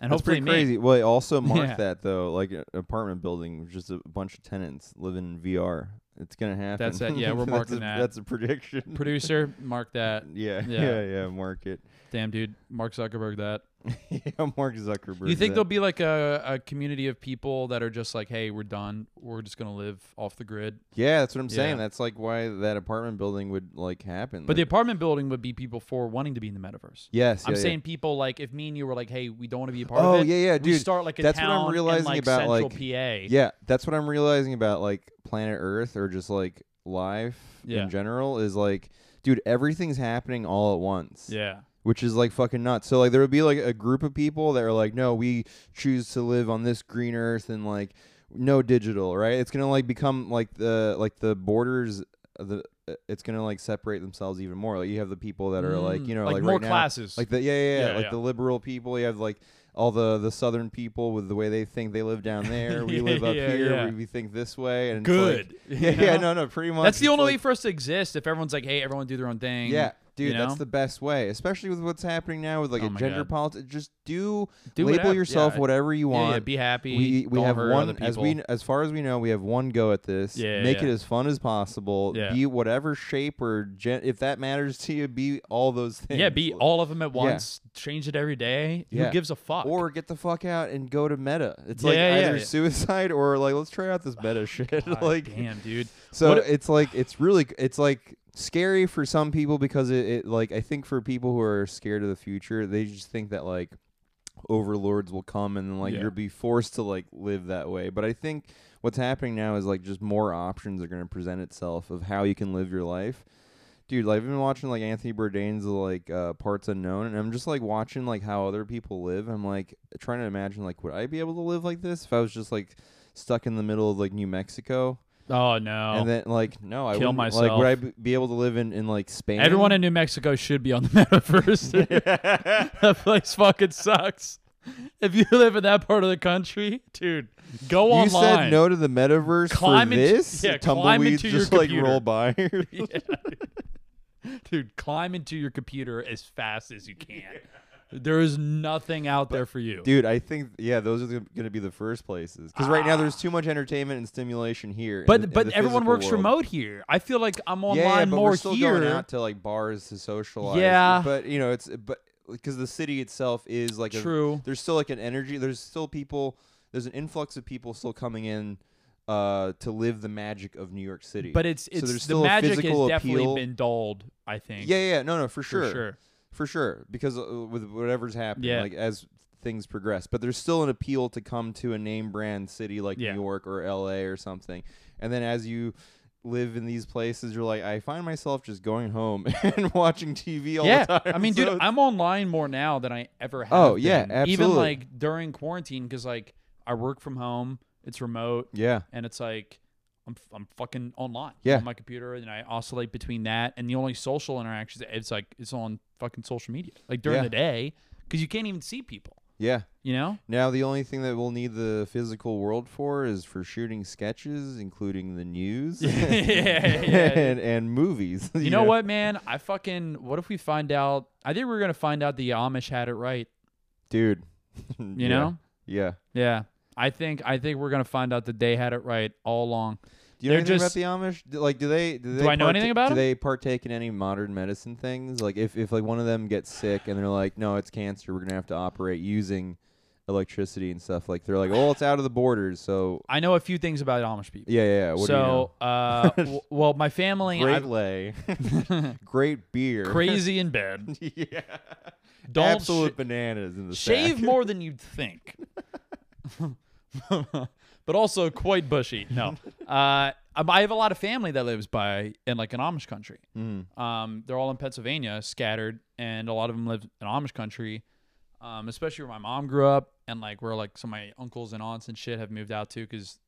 [SPEAKER 1] And
[SPEAKER 2] That's
[SPEAKER 1] hopefully
[SPEAKER 2] pretty
[SPEAKER 1] me.
[SPEAKER 2] crazy. Well, it also marked
[SPEAKER 1] Yeah.
[SPEAKER 2] that though, like an apartment building, with just a bunch of tenants living in VR. It's gonna happen.
[SPEAKER 1] That's it. Yeah, we're
[SPEAKER 2] That's
[SPEAKER 1] marking
[SPEAKER 2] a-
[SPEAKER 1] that.
[SPEAKER 2] That's a prediction.
[SPEAKER 1] Producer, mark that.
[SPEAKER 2] yeah, yeah,
[SPEAKER 1] Yeah.
[SPEAKER 2] yeah, Mark it.
[SPEAKER 1] Damn, dude. Mark Zuckerberg that.
[SPEAKER 2] yeah, Mark Zuckerberg.
[SPEAKER 1] You think
[SPEAKER 2] that.
[SPEAKER 1] there'll be like a, a community of people that are just like, hey, we're done. We're just gonna live off the grid.
[SPEAKER 2] Yeah, that's what I'm saying.
[SPEAKER 1] Yeah.
[SPEAKER 2] That's like why that apartment building would like happen.
[SPEAKER 1] But the
[SPEAKER 2] Like-
[SPEAKER 1] apartment building would be people for wanting to be in the metaverse.
[SPEAKER 2] yes,
[SPEAKER 1] I'm
[SPEAKER 2] yeah, yeah.
[SPEAKER 1] saying people like if me and you were like, hey, we don't want to be a part
[SPEAKER 2] Oh
[SPEAKER 1] of it.
[SPEAKER 2] yeah, yeah,
[SPEAKER 1] we
[SPEAKER 2] dude.
[SPEAKER 1] start like a
[SPEAKER 2] that's what
[SPEAKER 1] town
[SPEAKER 2] I'm
[SPEAKER 1] in,
[SPEAKER 2] realizing
[SPEAKER 1] like
[SPEAKER 2] about,
[SPEAKER 1] central
[SPEAKER 2] like-
[SPEAKER 1] PA.
[SPEAKER 2] Yeah, that's what I'm realizing about like planet Earth or just like life
[SPEAKER 1] Yeah.
[SPEAKER 2] in general is like, dude, everything's happening all at once.
[SPEAKER 1] yeah,
[SPEAKER 2] Which is like fucking nuts. So like there would be like a group of people that are like, no, we choose to live on this green Earth and like no digital, right? It's gonna like become like the like the borders. of The uh, it's gonna like separate themselves even more. Like you have the people that are like
[SPEAKER 1] Mm,
[SPEAKER 2] you know
[SPEAKER 1] like,
[SPEAKER 2] like
[SPEAKER 1] more
[SPEAKER 2] right now,
[SPEAKER 1] classes.
[SPEAKER 2] like the yeah, yeah, yeah.
[SPEAKER 1] Yeah,
[SPEAKER 2] like
[SPEAKER 1] yeah.
[SPEAKER 2] the liberal people. You have like all the the southern people with the way they think they live down there. We live up
[SPEAKER 1] Yeah,
[SPEAKER 2] here.
[SPEAKER 1] yeah.
[SPEAKER 2] We, we think this way. And it's like-
[SPEAKER 1] good.
[SPEAKER 2] yeah,
[SPEAKER 1] You
[SPEAKER 2] yeah,
[SPEAKER 1] know?
[SPEAKER 2] no, no, pretty much.
[SPEAKER 1] That's the
[SPEAKER 2] it's
[SPEAKER 1] only way
[SPEAKER 2] like-
[SPEAKER 1] for us to exist. If everyone's like, hey, everyone do their own thing.
[SPEAKER 2] yeah, dude,
[SPEAKER 1] you
[SPEAKER 2] that's
[SPEAKER 1] know?
[SPEAKER 2] the best way, especially with what's happening now with like
[SPEAKER 1] Oh
[SPEAKER 2] a
[SPEAKER 1] my
[SPEAKER 2] gender
[SPEAKER 1] God.
[SPEAKER 2] politics. Just do,
[SPEAKER 1] Do
[SPEAKER 2] label
[SPEAKER 1] whatever-
[SPEAKER 2] yourself
[SPEAKER 1] yeah.
[SPEAKER 2] whatever you
[SPEAKER 1] Yeah, yeah,
[SPEAKER 2] want.
[SPEAKER 1] be happy.
[SPEAKER 2] we we
[SPEAKER 1] don't
[SPEAKER 2] have
[SPEAKER 1] hurt
[SPEAKER 2] one
[SPEAKER 1] other
[SPEAKER 2] as we
[SPEAKER 1] people.
[SPEAKER 2] as far as we know we have one go at this.
[SPEAKER 1] Yeah,
[SPEAKER 2] make
[SPEAKER 1] yeah.
[SPEAKER 2] it as fun as possible.
[SPEAKER 1] Yeah.
[SPEAKER 2] Be whatever shape or gen- if that matters to you, be all those things.
[SPEAKER 1] yeah, be all of them at
[SPEAKER 2] Yeah.
[SPEAKER 1] once. Change it every day.
[SPEAKER 2] Yeah.
[SPEAKER 1] Who gives a fuck?
[SPEAKER 2] or get the fuck out and go to meta. It's like
[SPEAKER 1] Yeah, yeah,
[SPEAKER 2] either
[SPEAKER 1] yeah.
[SPEAKER 2] suicide or like let's try out this meta shit.
[SPEAKER 1] God
[SPEAKER 2] like
[SPEAKER 1] damn, dude.
[SPEAKER 2] so
[SPEAKER 1] What-
[SPEAKER 2] it's like it's really it's like scary for some people because it, it like I think for people who are scared of the future, they just think that like overlords will come and then like
[SPEAKER 1] Yeah.
[SPEAKER 2] you'll be forced to like live that way. But I think what's happening now is like just more options are going to present itself of how you can live your life. Dude, like, I've been watching like Anthony Bourdain's like uh, Parts Unknown, and I'm just like watching like how other people live. I'm like trying to imagine like would I be able to live like this if I was just like stuck in the middle of like New Mexico?
[SPEAKER 1] Oh no.
[SPEAKER 2] And then like no, I
[SPEAKER 1] Kill
[SPEAKER 2] wouldn't, Like
[SPEAKER 1] myself.
[SPEAKER 2] would I b- be able to live in in like Spain?
[SPEAKER 1] Everyone in New Mexico should be on the metaverse. that place fucking sucks. If you live in that part of the country, dude, go
[SPEAKER 2] you
[SPEAKER 1] online.
[SPEAKER 2] said no to the metaverse
[SPEAKER 1] Climb
[SPEAKER 2] for
[SPEAKER 1] into-
[SPEAKER 2] this.
[SPEAKER 1] yeah, climb
[SPEAKER 2] tumbleweeds
[SPEAKER 1] into your
[SPEAKER 2] just like
[SPEAKER 1] computer.
[SPEAKER 2] roll by.
[SPEAKER 1] Yeah. Dude, climb into your computer as fast as you can. There is nothing out there for you.
[SPEAKER 2] Dude, I think yeah, those are going to be the first places because right now there's too much entertainment and stimulation here. in
[SPEAKER 1] but
[SPEAKER 2] the- in
[SPEAKER 1] but
[SPEAKER 2] the
[SPEAKER 1] everyone
[SPEAKER 2] physical
[SPEAKER 1] works
[SPEAKER 2] world.
[SPEAKER 1] remote here. I feel like I'm online
[SPEAKER 2] Yeah, yeah, but
[SPEAKER 1] more
[SPEAKER 2] we're still
[SPEAKER 1] here.
[SPEAKER 2] going out to like bars to socialize.
[SPEAKER 1] Yeah.
[SPEAKER 2] but you know it's but because the city itself is like a-
[SPEAKER 1] True.
[SPEAKER 2] there's still like an energy. There's still people. There's an influx of people still coming in uh, to live the magic of New York City.
[SPEAKER 1] But it's it's
[SPEAKER 2] so there's
[SPEAKER 1] the
[SPEAKER 2] still a
[SPEAKER 1] magic has
[SPEAKER 2] physical
[SPEAKER 1] definitely
[SPEAKER 2] appeal.
[SPEAKER 1] been dulled. I think.
[SPEAKER 2] yeah, yeah, no, no, for
[SPEAKER 1] for
[SPEAKER 2] sure,
[SPEAKER 1] sure.
[SPEAKER 2] for sure. Because uh, with whatever's happening,
[SPEAKER 1] Yeah.
[SPEAKER 2] like as things progress, but there's still an appeal to come to a name brand city like
[SPEAKER 1] Yeah.
[SPEAKER 2] New York or L.A. or something. And then as you live in these places, you're like, I find myself just going home and watching TV all
[SPEAKER 1] yeah,
[SPEAKER 2] the time.
[SPEAKER 1] I mean,
[SPEAKER 2] so
[SPEAKER 1] dude,
[SPEAKER 2] it's-
[SPEAKER 1] I'm online more now than I ever have.
[SPEAKER 2] Oh, yeah,
[SPEAKER 1] been. Even
[SPEAKER 2] absolutely.
[SPEAKER 1] like during quarantine, because like I work from home, it's remote,
[SPEAKER 2] yeah,
[SPEAKER 1] and it's like I'm I'm fucking online
[SPEAKER 2] Yeah.
[SPEAKER 1] on my computer, and I oscillate between that and the only social interactions. It's like it's on fucking social media, like during
[SPEAKER 2] Yeah.
[SPEAKER 1] the day, because you can't even see people.
[SPEAKER 2] yeah.
[SPEAKER 1] You know?
[SPEAKER 2] Now the only thing that we'll need the physical world for is for shooting sketches, including the news,
[SPEAKER 1] yeah.
[SPEAKER 2] and and movies.
[SPEAKER 1] You know what, man? I fucking. What if we find out? I think we are gonna find out the Amish had it right.
[SPEAKER 2] dude?
[SPEAKER 1] You
[SPEAKER 2] Yeah.
[SPEAKER 1] know?
[SPEAKER 2] Yeah.
[SPEAKER 1] Yeah. I think I think we're gonna find out that they had it right all along.
[SPEAKER 2] Do you know
[SPEAKER 1] They're
[SPEAKER 2] anything
[SPEAKER 1] just-
[SPEAKER 2] about the Amish? Do, like, do they? Do, they
[SPEAKER 1] I know anything about
[SPEAKER 2] Do
[SPEAKER 1] 'em?
[SPEAKER 2] they partake in any modern medicine things? Like, if if like one of them gets sick and they're like, "No, it's cancer. We're gonna have to operate using electricity and stuff." Like, they're like, "Oh, it's out of the borders." So,
[SPEAKER 1] I know a few things about Amish people.
[SPEAKER 2] yeah, yeah. yeah. What
[SPEAKER 1] so, uh, w- well, my
[SPEAKER 2] do
[SPEAKER 1] family,
[SPEAKER 2] you know?
[SPEAKER 1] I'm
[SPEAKER 2] great lay, great beer,
[SPEAKER 1] crazy in bed.
[SPEAKER 2] yeah,
[SPEAKER 1] Don't
[SPEAKER 2] absolute
[SPEAKER 1] sh-
[SPEAKER 2] bananas in the
[SPEAKER 1] shave
[SPEAKER 2] sack.
[SPEAKER 1] more than you'd think, but also quite bushy. No, uh, um, I have a lot of family that lives by in like an Amish country.
[SPEAKER 2] Mm.
[SPEAKER 1] Um, they're all in Pennsylvania, scattered, and a lot of them live in Amish country. Um, especially where my mom grew up, and like where like some of my uncles and aunts and shit have moved out to because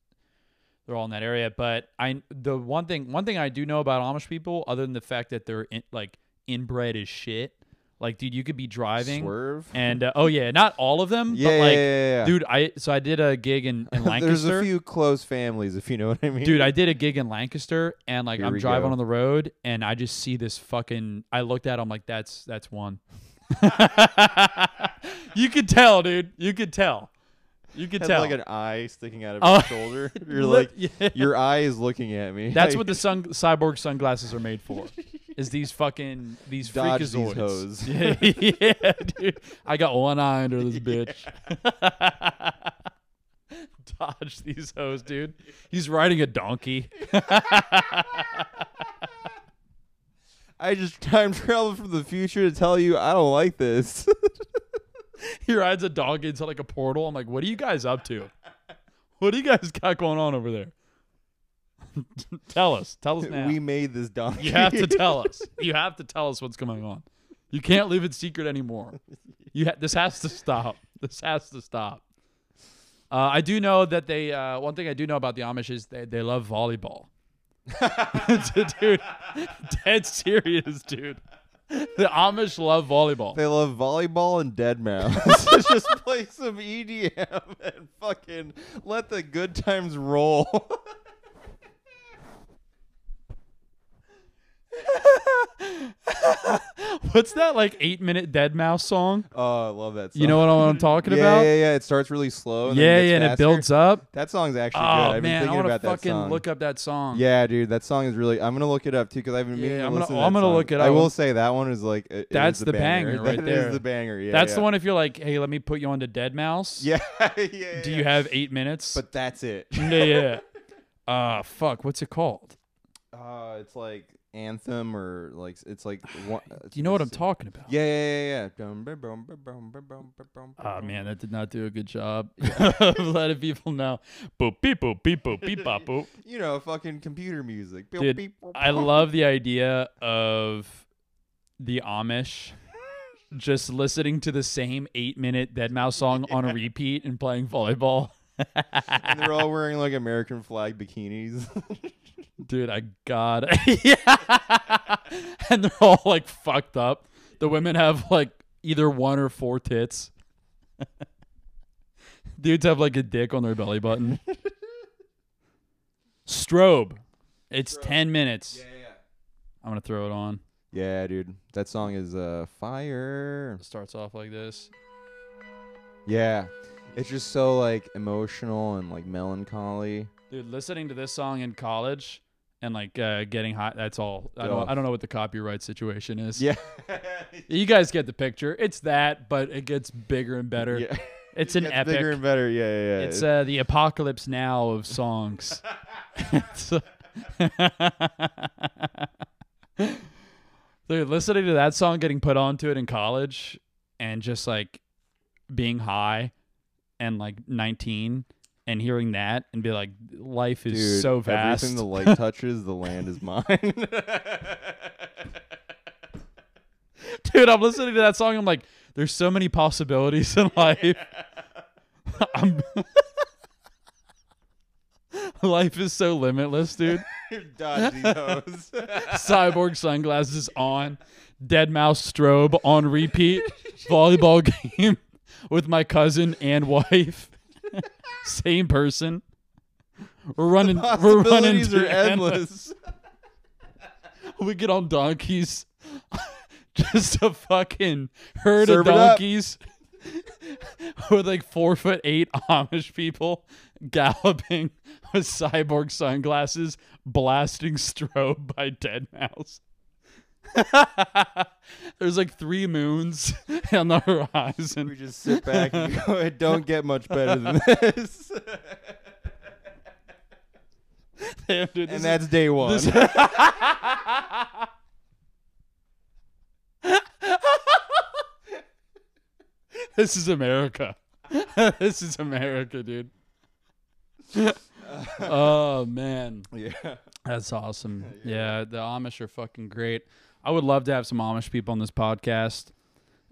[SPEAKER 1] they're all in that area. But I the one thing one thing I do know about Amish people, other than the fact that they're in, like inbred as shit. Like, dude, you could be driving
[SPEAKER 2] Swerve.
[SPEAKER 1] and uh, oh yeah, not all of them,
[SPEAKER 2] yeah,
[SPEAKER 1] but like,
[SPEAKER 2] yeah, yeah, yeah.
[SPEAKER 1] dude, I so I did a gig in,
[SPEAKER 2] There's
[SPEAKER 1] in
[SPEAKER 2] a
[SPEAKER 1] Lancaster.
[SPEAKER 2] few close families, if you know what I mean.
[SPEAKER 1] Dude, I did a gig in Lancaster, and like
[SPEAKER 2] Here
[SPEAKER 1] I'm
[SPEAKER 2] we
[SPEAKER 1] driving
[SPEAKER 2] go.
[SPEAKER 1] on the road, and I just see this fucking. I looked at, him like, that's that's one. you could tell, dude. You could tell. You could
[SPEAKER 2] Has,
[SPEAKER 1] tell.
[SPEAKER 2] like an eye sticking out of
[SPEAKER 1] Oh.
[SPEAKER 2] your shoulder. You're
[SPEAKER 1] Look-
[SPEAKER 2] like,
[SPEAKER 1] yeah.
[SPEAKER 2] your eye is looking at me.
[SPEAKER 1] That's
[SPEAKER 2] Like,
[SPEAKER 1] what the sun, cyborg sunglasses are made for. Is these fucking these
[SPEAKER 2] Dodge these
[SPEAKER 1] freakazoids?
[SPEAKER 2] hoes.
[SPEAKER 1] Yeah, yeah, dude. I got one eye under this bitch. Dodge these hoes, dude. He's riding a donkey.
[SPEAKER 2] I just time traveled from the future to tell you I don't like this.
[SPEAKER 1] He rides a donkey into like a portal. I'm like, what are you guys up to? What do you guys got going on over there? tell us. Tell us now.
[SPEAKER 2] we made this donkey.
[SPEAKER 1] You have to tell us. You have to tell us what's going on. You can't leave it secret anymore. You ha- this has to stop. This has to stop. Uh, I do know that they. Uh, one thing I do know about the Amish is they, they love volleyball. dude, dead serious, dude. The Amish love volleyball.
[SPEAKER 2] They love volleyball and dead mouse. just play some EDM and fucking let the good times roll.
[SPEAKER 1] What's that like eight minute dead mouse song?
[SPEAKER 2] oh, I love that song.
[SPEAKER 1] You know what I'm talking
[SPEAKER 2] yeah,
[SPEAKER 1] about?
[SPEAKER 2] Yeah, yeah, It starts really slow. And
[SPEAKER 1] yeah,
[SPEAKER 2] then it gets
[SPEAKER 1] yeah, and it
[SPEAKER 2] faster.
[SPEAKER 1] builds up.
[SPEAKER 2] That song's actually
[SPEAKER 1] Oh
[SPEAKER 2] good. I've
[SPEAKER 1] man,
[SPEAKER 2] been
[SPEAKER 1] I
[SPEAKER 2] thinking
[SPEAKER 1] want to
[SPEAKER 2] about that
[SPEAKER 1] fucking
[SPEAKER 2] song.
[SPEAKER 1] look up that song.
[SPEAKER 2] Yeah, dude, that song is really. I'm gonna look it up too because I've been meaning
[SPEAKER 1] Yeah,
[SPEAKER 2] to
[SPEAKER 1] I'm gonna-
[SPEAKER 2] listen to
[SPEAKER 1] I'm
[SPEAKER 2] that
[SPEAKER 1] gonna
[SPEAKER 2] song.
[SPEAKER 1] look it
[SPEAKER 2] I
[SPEAKER 1] up.
[SPEAKER 2] will say that one is like. it- it
[SPEAKER 1] That's
[SPEAKER 2] is
[SPEAKER 1] the banger right
[SPEAKER 2] That is
[SPEAKER 1] there.
[SPEAKER 2] the banger. Yeah,
[SPEAKER 1] That's
[SPEAKER 2] yeah.
[SPEAKER 1] the one. If you're like, hey, let me put you onto Dead Mouse.
[SPEAKER 2] Yeah, yeah, yeah.
[SPEAKER 1] Do you have eight minutes?
[SPEAKER 2] But that's it.
[SPEAKER 1] Ah, yeah, yeah. Uh, fuck. What's it called?
[SPEAKER 2] Uh, it's like anthem or like it's like one,
[SPEAKER 1] Do you know what I'm talking about?
[SPEAKER 2] Yeah, yeah, yeah, yeah.
[SPEAKER 1] Ah man, that did not do a good job of letting people know. Boop beep boop beep boop beep bop boop.
[SPEAKER 2] You know, fucking computer music. Beep,
[SPEAKER 1] Dude,
[SPEAKER 2] beep, boop,
[SPEAKER 1] I
[SPEAKER 2] boop.
[SPEAKER 1] love the idea of the Amish just listening to the same eight minute Dead Mouse song on a repeat and playing volleyball.
[SPEAKER 2] And they're all wearing like American flag bikinis.
[SPEAKER 1] Dude, I got yeah. and they're all like fucked up. The women have like either one or four tits. Dudes have like a dick on their belly button. Strobe. It's 10 minutes.
[SPEAKER 2] yeah.
[SPEAKER 1] I'm going to throw it on.
[SPEAKER 2] Yeah, dude. That song is uh fire.
[SPEAKER 1] It starts off like this.
[SPEAKER 2] Yeah. It's just so like emotional and like melancholy.
[SPEAKER 1] Dude, listening to this song in college and like uh, getting hot, that's all. I don't,
[SPEAKER 2] Oh.
[SPEAKER 1] I don't know what the copyright situation is.
[SPEAKER 2] Yeah.
[SPEAKER 1] You guys get the picture. It's that, but it gets bigger and better.
[SPEAKER 2] yeah.
[SPEAKER 1] It's an
[SPEAKER 2] Gets
[SPEAKER 1] epic.
[SPEAKER 2] Bigger and better. Yeah, yeah, yeah.
[SPEAKER 1] It's uh, the apocalypse now of songs. It's, uh, Dude, listening to that song, getting put onto it in college, and just like being high and like 19 and hearing that and be like, life is
[SPEAKER 2] Dude,
[SPEAKER 1] so vast.
[SPEAKER 2] Everything the light touches, the land is mine.
[SPEAKER 1] Dude, I'm listening to that song. I'm like, there's so many possibilities in life. I'm life is so limitless, dude.
[SPEAKER 2] Dodgy those.
[SPEAKER 1] Cyborg sunglasses on, dead mouse strobe on repeat, volleyball game with my cousin and wife. Same person. We're running. We're running.
[SPEAKER 2] Possibilities are
[SPEAKER 1] to
[SPEAKER 2] endless.
[SPEAKER 1] We get on donkeys. Just a fucking herd
[SPEAKER 2] Serve it
[SPEAKER 1] of
[SPEAKER 2] up.
[SPEAKER 1] donkeys with like four foot eight Amish people galloping with cyborg sunglasses, blasting strobe by Dead Mouse. There's like three moons on the horizon.
[SPEAKER 2] We just sit back and go, it don't get much better than this.
[SPEAKER 1] Damn, dude,
[SPEAKER 2] and
[SPEAKER 1] this is-
[SPEAKER 2] that's day one.
[SPEAKER 1] this- This is America. this is America, dude. oh man,
[SPEAKER 2] yeah.
[SPEAKER 1] that's awesome. Yeah, the Amish are fucking great. I would love to have some Amish people on this podcast.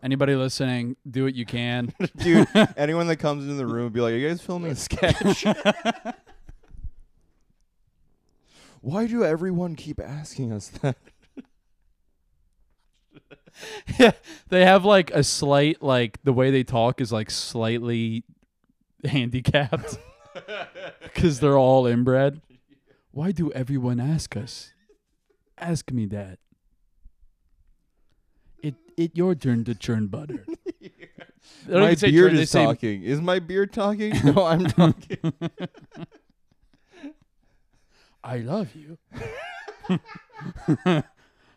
[SPEAKER 1] Anybody listening, do what you can.
[SPEAKER 2] Dude, anyone that comes into the room would be like, Are you guys filming a sketch? Why do everyone keep asking us that?
[SPEAKER 1] they have like a slight like the way they talk is like slightly handicapped because they're all inbred. Why do everyone ask us? Ask me that. It it your turn to churn butter. They don't
[SPEAKER 2] my
[SPEAKER 1] even say
[SPEAKER 2] beard
[SPEAKER 1] churn, they
[SPEAKER 2] is
[SPEAKER 1] say-
[SPEAKER 2] talking. Is my beard talking? No, I'm talking.
[SPEAKER 1] I love you.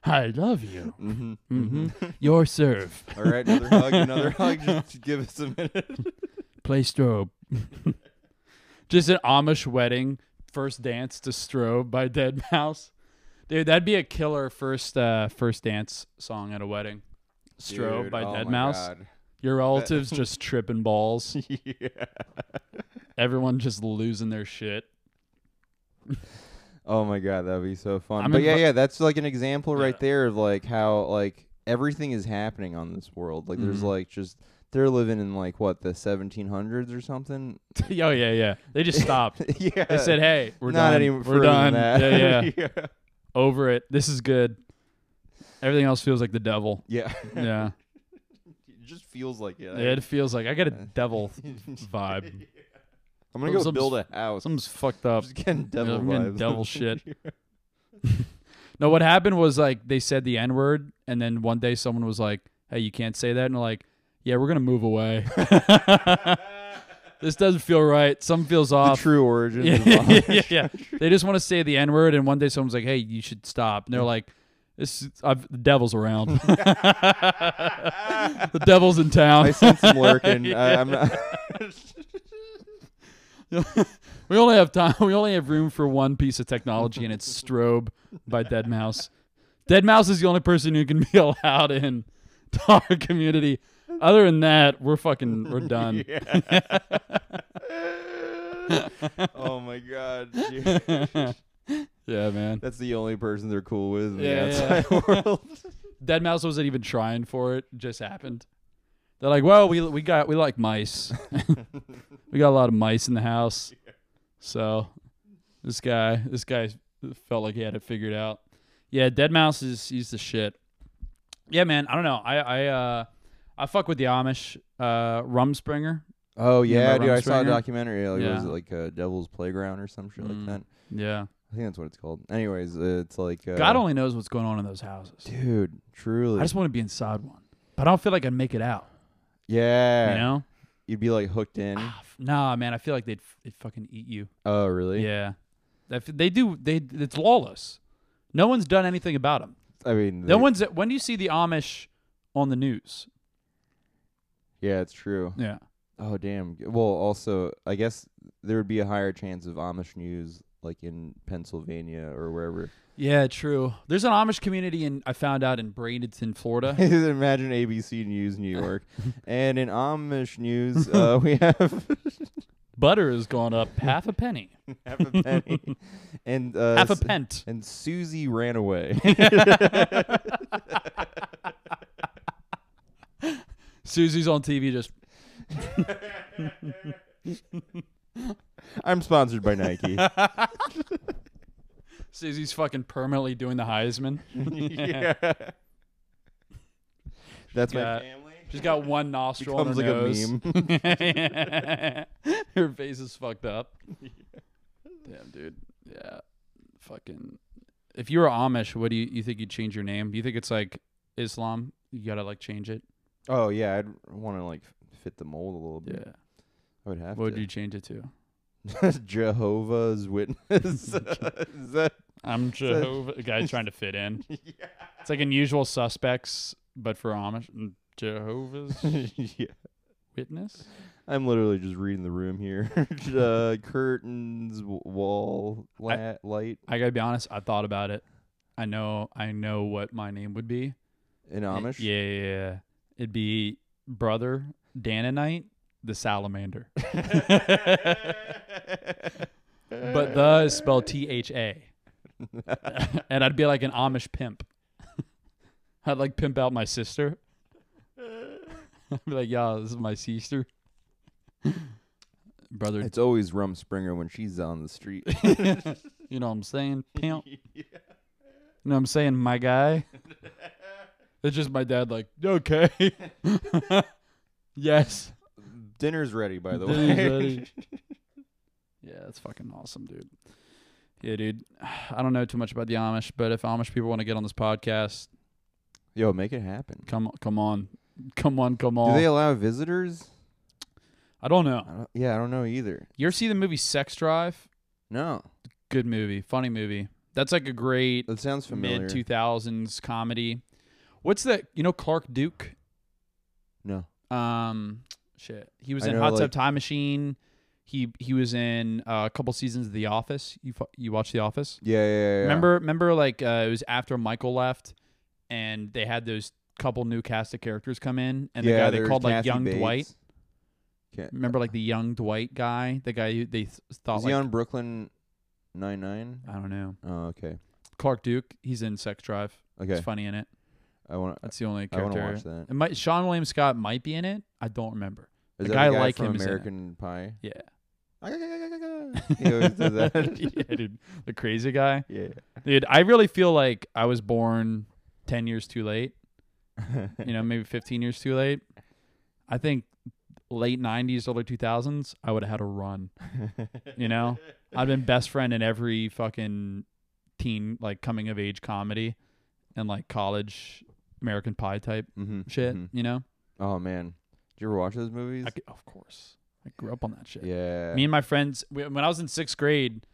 [SPEAKER 1] I love you.
[SPEAKER 2] hmm
[SPEAKER 1] hmm Your serve.
[SPEAKER 2] All right, another hug, another hug. Just give us a minute.
[SPEAKER 1] Play strobe. Just an Amish wedding first dance to strobe by Dead Mouse. Dude, that'd be a killer first uh, first dance song at a wedding. Strobe
[SPEAKER 2] Dude,
[SPEAKER 1] by
[SPEAKER 2] oh
[SPEAKER 1] Dead
[SPEAKER 2] my
[SPEAKER 1] Mouse.
[SPEAKER 2] God.
[SPEAKER 1] Your relatives just tripping balls. Everyone just losing their shit.
[SPEAKER 2] Oh my god, that would be so fun.
[SPEAKER 1] I'm
[SPEAKER 2] but yeah,
[SPEAKER 1] invi-
[SPEAKER 2] yeah, that's like an example right
[SPEAKER 1] Yeah.
[SPEAKER 2] there of like how like everything is happening on this world. Like there's
[SPEAKER 1] Mhm.
[SPEAKER 2] like just they're living in like what the 1700s or something.
[SPEAKER 1] oh yeah, yeah. They just stopped.
[SPEAKER 2] yeah,
[SPEAKER 1] They said, "Hey, we're
[SPEAKER 2] not
[SPEAKER 1] done.
[SPEAKER 2] any
[SPEAKER 1] we're
[SPEAKER 2] further
[SPEAKER 1] done.
[SPEAKER 2] Than that.
[SPEAKER 1] Yeah, yeah.
[SPEAKER 2] yeah,
[SPEAKER 1] Over it. This is good. Everything else feels like the devil.
[SPEAKER 2] yeah.
[SPEAKER 1] Yeah,
[SPEAKER 2] it just feels like it.
[SPEAKER 1] it feels like I got a devil vibe.
[SPEAKER 2] I'm gonna go
[SPEAKER 1] Some-
[SPEAKER 2] build a house.
[SPEAKER 1] Something's fucked up.
[SPEAKER 2] just getting devil
[SPEAKER 1] I'm getting
[SPEAKER 2] vibes.
[SPEAKER 1] devil shit. No, what happened was like they said the N word, and then one day someone was like, "Hey, you can't say that," and they're like, "Yeah, we're gonna move away." this doesn't feel right. Something feels
[SPEAKER 2] the
[SPEAKER 1] off.
[SPEAKER 2] true origins.
[SPEAKER 1] yeah,
[SPEAKER 2] of
[SPEAKER 1] yeah,
[SPEAKER 2] Amish.
[SPEAKER 1] yeah, yeah. They just want to say the N word, and one day someone's like, "Hey, you should stop," and they're like, "This is- I've, the devil's around. the devil's in
[SPEAKER 2] I
[SPEAKER 1] town.
[SPEAKER 2] sense him lurking. I, I'm not.
[SPEAKER 1] we only have time. We only have room for one piece of technology, and it's strobe by Dead Mouse. Dead Mouse is the only person who can be allowed in to our community. Other than that, we're fucking we're done.
[SPEAKER 2] oh my god. dude.
[SPEAKER 1] yeah, man.
[SPEAKER 2] That's the only person they're cool with in
[SPEAKER 1] Yeah,
[SPEAKER 2] the
[SPEAKER 1] yeah.
[SPEAKER 2] outside world.
[SPEAKER 1] Dead Mouse wasn't even trying for it; it just happened. They're like, "Well, we we got we like mice. we got a lot of mice in the house, so this guy this guy felt like he had it figured out." Yeah, Dead Mouse is he's the shit. Yeah, man. I don't know. I I uh I fuck with the Amish. Uh, Rumspringer.
[SPEAKER 2] Oh
[SPEAKER 1] You
[SPEAKER 2] yeah,
[SPEAKER 1] remember
[SPEAKER 2] dude! I saw a
[SPEAKER 1] Rumspringer?
[SPEAKER 2] documentary. Like, what Was
[SPEAKER 1] Yeah.
[SPEAKER 2] it like uh, Devil's Playground or some shit like
[SPEAKER 1] Mm.
[SPEAKER 2] that?
[SPEAKER 1] Yeah.
[SPEAKER 2] I think that's what it's called. Anyways, uh, it's like uh,
[SPEAKER 1] God only knows what's going on in those houses.
[SPEAKER 2] dude. Truly,
[SPEAKER 1] I just want to be inside one, but I don't feel like I'd make it out.
[SPEAKER 2] yeah.
[SPEAKER 1] You know?
[SPEAKER 2] You'd be like hooked in.
[SPEAKER 1] Ah, f- Nah, man. I feel like they'd, f- they'd fucking eat you.
[SPEAKER 2] oh really?
[SPEAKER 1] Yeah, That- they do. They it's lawless. No one's done anything about them.
[SPEAKER 2] I mean,
[SPEAKER 1] No
[SPEAKER 2] they-
[SPEAKER 1] one's. When do you see the Amish on the news?
[SPEAKER 2] Yeah, it's true.
[SPEAKER 1] Yeah,
[SPEAKER 2] Oh damn. Well, also, I guess there would be a higher chance of Amish news like in Pennsylvania or wherever.
[SPEAKER 1] yeah, true. There's an Amish community in I found out in Bradenton, Florida.
[SPEAKER 2] Imagine ABC News New York, and in Amish news, uh, we have
[SPEAKER 1] Butter has gone up half a penny,
[SPEAKER 2] half a penny, and uh,
[SPEAKER 1] half a
[SPEAKER 2] s-
[SPEAKER 1] pent.
[SPEAKER 2] and Susie ran away.
[SPEAKER 1] Susie's on TV. Just
[SPEAKER 2] I'm sponsored by Nike.
[SPEAKER 1] Susie's fucking permanently doing the Heisman.
[SPEAKER 2] yeah. That's
[SPEAKER 1] Got-
[SPEAKER 2] my family.
[SPEAKER 1] She's got one nostril on her
[SPEAKER 2] Becomes like
[SPEAKER 1] nose.
[SPEAKER 2] a meme.
[SPEAKER 1] Her face is fucked up. Damn, dude. Yeah. Fucking. If you were Amish, what do you, you think you'd change your name? Do you think it's like Islam? You gotta like change it.
[SPEAKER 2] Oh yeah, I'd want to like fit the mold a little bit. I would have
[SPEAKER 1] What would
[SPEAKER 2] to.
[SPEAKER 1] you change it to?
[SPEAKER 2] Jehovah's Witness. Is that-
[SPEAKER 1] I'm Jehovah. A guy trying to fit in. It's like unusual suspects, but for Amish. Mm, Jehovah's
[SPEAKER 2] yeah.
[SPEAKER 1] Witness?
[SPEAKER 2] I'm literally just reading the room here. uh, curtains, w- wall, la- light,
[SPEAKER 1] I gotta be honest. I thought about it. I know. I know what my name would be.
[SPEAKER 2] and Amish.
[SPEAKER 1] Yeah, yeah, yeah. It'd be brother Danonite, the salamander. but the is spelled T H A. and I'd be like an Amish pimp. I'd like pimp out my sister. I'd be like, yeah, this is my sister. Brother,
[SPEAKER 2] It's always Rum Springer when she's on the street.
[SPEAKER 1] you know what I'm saying? Pimp. You know what I'm saying, my guy? it's just my dad, like, okay. yes.
[SPEAKER 2] Dinner's ready, by the
[SPEAKER 1] Dinner's
[SPEAKER 2] way.
[SPEAKER 1] ready. Yeah, that's fucking awesome, dude. Yeah, dude. I don't know too much about the Amish, but if Amish people want to get on this podcast,
[SPEAKER 2] Yo, make it happen.
[SPEAKER 1] come come on. Come on, come on.
[SPEAKER 2] Do they allow visitors?
[SPEAKER 1] I don't know.
[SPEAKER 2] I don't, yeah, I don't know either.
[SPEAKER 1] You ever see the movie Sex Drive?
[SPEAKER 2] No,
[SPEAKER 1] Good movie, funny movie. That's like a great
[SPEAKER 2] that sounds familiar.
[SPEAKER 1] mid 2000s comedy. What's that? You know Clark Duke?
[SPEAKER 2] no,
[SPEAKER 1] Um shit. He was
[SPEAKER 2] I
[SPEAKER 1] in
[SPEAKER 2] know,
[SPEAKER 1] Hot Tub
[SPEAKER 2] like-
[SPEAKER 1] Time Machine. He he was in uh, a couple seasons of The Office. You fu- you watch The Office?
[SPEAKER 2] yeah, yeah, yeah. yeah.
[SPEAKER 1] Remember, remember, like uh, it was after Michael left, and they had those couple new cast of characters come in, and
[SPEAKER 2] yeah,
[SPEAKER 1] the guy they
[SPEAKER 2] there's
[SPEAKER 1] called like
[SPEAKER 2] Kathy
[SPEAKER 1] Young
[SPEAKER 2] Bates.
[SPEAKER 1] Dwight.
[SPEAKER 2] Okay.
[SPEAKER 1] Remember, like the Young Dwight guy, the guy who they th- thought
[SPEAKER 2] Is he
[SPEAKER 1] like
[SPEAKER 2] on Brooklyn Nine Nine?
[SPEAKER 1] I don't know
[SPEAKER 2] Oh, okay,
[SPEAKER 1] Clark Duke. He's in Sex Drive.
[SPEAKER 2] okay.
[SPEAKER 1] It's funny in it.
[SPEAKER 2] I want.
[SPEAKER 1] That's the only
[SPEAKER 2] I want
[SPEAKER 1] character.
[SPEAKER 2] to watch that.
[SPEAKER 1] It might Sean William Scott might be in it. I don't remember.
[SPEAKER 2] Is
[SPEAKER 1] The
[SPEAKER 2] that
[SPEAKER 1] guy
[SPEAKER 2] the guy
[SPEAKER 1] like
[SPEAKER 2] from
[SPEAKER 1] him is in it.
[SPEAKER 2] American Pie?
[SPEAKER 1] Yeah,
[SPEAKER 2] he always does that.
[SPEAKER 1] yeah, dude, the crazy guy,
[SPEAKER 2] yeah.
[SPEAKER 1] dude. I really feel like I was born ten years too late. you know, maybe 15 years too late. I think late 90s, early 2000s, I would have had a run. You know, I've been best friend in every fucking teen, like coming of age comedy and like college American Pie type
[SPEAKER 2] mm-hmm.
[SPEAKER 1] shit. You know,
[SPEAKER 2] Oh man, did you ever watch those movies?
[SPEAKER 1] I c- of course, I grew up on that shit.
[SPEAKER 2] yeah.
[SPEAKER 1] Me and my friends, we- when I was in sixth grade,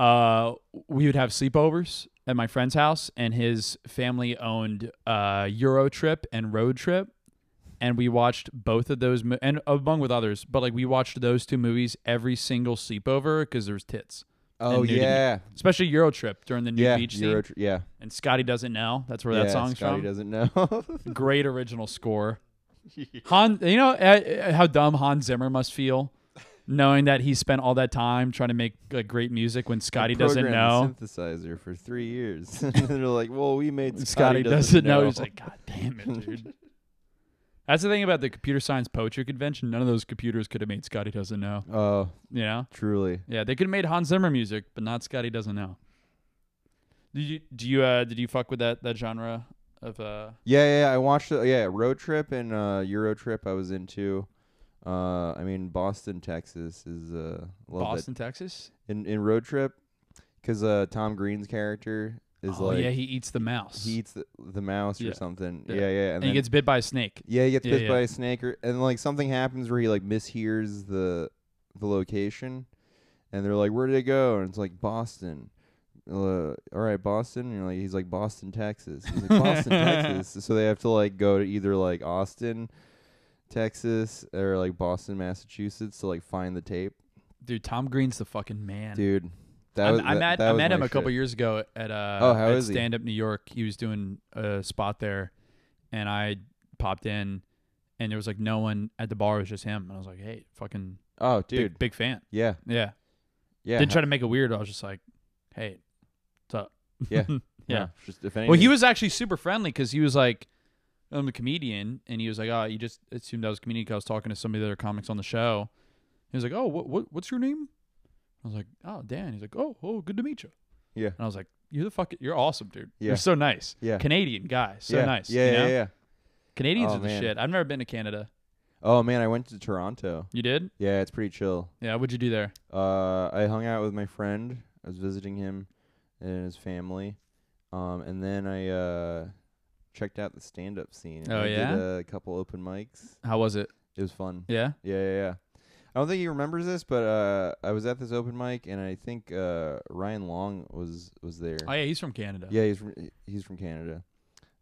[SPEAKER 1] uh, we would have sleepovers at my friend's house, and his family owned uh, Euro Trip and Road Trip, and we watched both of those, mo- and among with others, but like we watched those two movies every single sleepover because there was tits.
[SPEAKER 2] Oh
[SPEAKER 1] nudity.
[SPEAKER 2] yeah,
[SPEAKER 1] especially Euro Trip during the new
[SPEAKER 2] yeah,
[SPEAKER 1] beach
[SPEAKER 2] Euro
[SPEAKER 1] scene.
[SPEAKER 2] tri- yeah.
[SPEAKER 1] And Scotty doesn't know. That's where
[SPEAKER 2] yeah,
[SPEAKER 1] that song's
[SPEAKER 2] Scotty
[SPEAKER 1] from.
[SPEAKER 2] doesn't know.
[SPEAKER 1] Great original score. Han, you know uh, uh, how dumb Hans Zimmer must feel, knowing that he spent all that time trying to make like great music when Scotty doesn't know.
[SPEAKER 2] programmed a synthesizer for three years. and they're like, "Well, we made Scotty,
[SPEAKER 1] Scotty doesn't know. He's like, God damn it, dude. That's the thing about the computer science poetry convention. None of those computers could have made Scotty doesn't know.
[SPEAKER 2] "Oh,
[SPEAKER 1] You know?
[SPEAKER 2] truly."
[SPEAKER 1] Yeah, they could have made Hans Zimmer music, but not Scotty doesn't know. Did you do you uh did you fuck with that that genre of uh
[SPEAKER 2] Yeah, yeah, yeah. I watched. The, yeah, Road Trip and uh, Euro Trip. I was into. Uh, I mean, Boston, Texas is uh, love
[SPEAKER 1] Boston, Texas?
[SPEAKER 2] That. In in Road Trip, because uh, Tom Green's character is
[SPEAKER 1] oh
[SPEAKER 2] like
[SPEAKER 1] yeah, he eats the mouse.
[SPEAKER 2] he eats the, the mouse
[SPEAKER 1] Yeah.
[SPEAKER 2] or something.
[SPEAKER 1] Yeah.
[SPEAKER 2] Yeah, yeah,
[SPEAKER 1] and
[SPEAKER 2] and,
[SPEAKER 1] he
[SPEAKER 2] then,
[SPEAKER 1] gets bit by a snake.
[SPEAKER 2] yeah, he gets
[SPEAKER 1] yeah,
[SPEAKER 2] bit
[SPEAKER 1] yeah.
[SPEAKER 2] by a snake, or and like something happens where he like mishears the the location, and they're like, "Where did it go?" And it's like Boston. Uh, all right, Boston. And you're like, he's like Boston, Texas. He's like Boston, Texas. So they have to like go to either like Austin, Texas, or like Boston, Massachusetts to like find the tape,
[SPEAKER 1] Dude, Tom Green's the fucking man.
[SPEAKER 2] dude. That
[SPEAKER 1] I,
[SPEAKER 2] was,
[SPEAKER 1] I
[SPEAKER 2] that-
[SPEAKER 1] met
[SPEAKER 2] that
[SPEAKER 1] I
[SPEAKER 2] was
[SPEAKER 1] met
[SPEAKER 2] my
[SPEAKER 1] him a couple
[SPEAKER 2] shit.
[SPEAKER 1] years ago at uh
[SPEAKER 2] Oh, how
[SPEAKER 1] at
[SPEAKER 2] is he?
[SPEAKER 1] Stand Up New York. He was doing a spot there, and I popped in, and there was like no one at the bar. It was just him, and I was like, "Hey, fucking
[SPEAKER 2] Oh,
[SPEAKER 1] big-
[SPEAKER 2] dude.
[SPEAKER 1] big, fan."
[SPEAKER 2] Yeah,
[SPEAKER 1] Yeah,
[SPEAKER 2] yeah.
[SPEAKER 1] didn't try to make it weird. I was just like, "Hey, what's up?"
[SPEAKER 2] Yeah.
[SPEAKER 1] yeah.
[SPEAKER 2] no, Just if anything,
[SPEAKER 1] Well, he was actually super friendly because he was like, "I'm a comedian," and he was like, "Oh, you just assumed I was a comedian 'cause I was talking to somebody that are comics on the show." He was like, "Oh, what, what what's your name?" I was like, "Oh, Dan." He's like, "Oh, oh, good to meet you."
[SPEAKER 2] Yeah.
[SPEAKER 1] And I was like, "You're the fucking, you're awesome, dude.
[SPEAKER 2] Yeah.
[SPEAKER 1] You're so nice.
[SPEAKER 2] Yeah.
[SPEAKER 1] Canadian guy, so
[SPEAKER 2] yeah.
[SPEAKER 1] nice.
[SPEAKER 2] Yeah,
[SPEAKER 1] you
[SPEAKER 2] yeah,
[SPEAKER 1] know?
[SPEAKER 2] yeah, yeah.
[SPEAKER 1] Canadians
[SPEAKER 2] Oh,
[SPEAKER 1] are the
[SPEAKER 2] man.
[SPEAKER 1] shit. I've never been to Canada.
[SPEAKER 2] Oh man, I went to Toronto.
[SPEAKER 1] You did?
[SPEAKER 2] Yeah, it's pretty chill.
[SPEAKER 1] Yeah. What'd you do there?
[SPEAKER 2] Uh, I hung out with my friend. I was visiting him and his family, um, and then I uh, checked out the stand-up scene.
[SPEAKER 1] Oh,
[SPEAKER 2] I
[SPEAKER 1] yeah?
[SPEAKER 2] did uh, a couple open mics.
[SPEAKER 1] How was it?
[SPEAKER 2] It was fun.
[SPEAKER 1] Yeah.
[SPEAKER 2] Yeah, yeah, yeah. I don't think he remembers this, but uh, I was at this open mic, and I think uh, Ryan Long was was there.
[SPEAKER 1] Oh yeah, he's from Canada.
[SPEAKER 2] yeah, he's from, he's from Canada,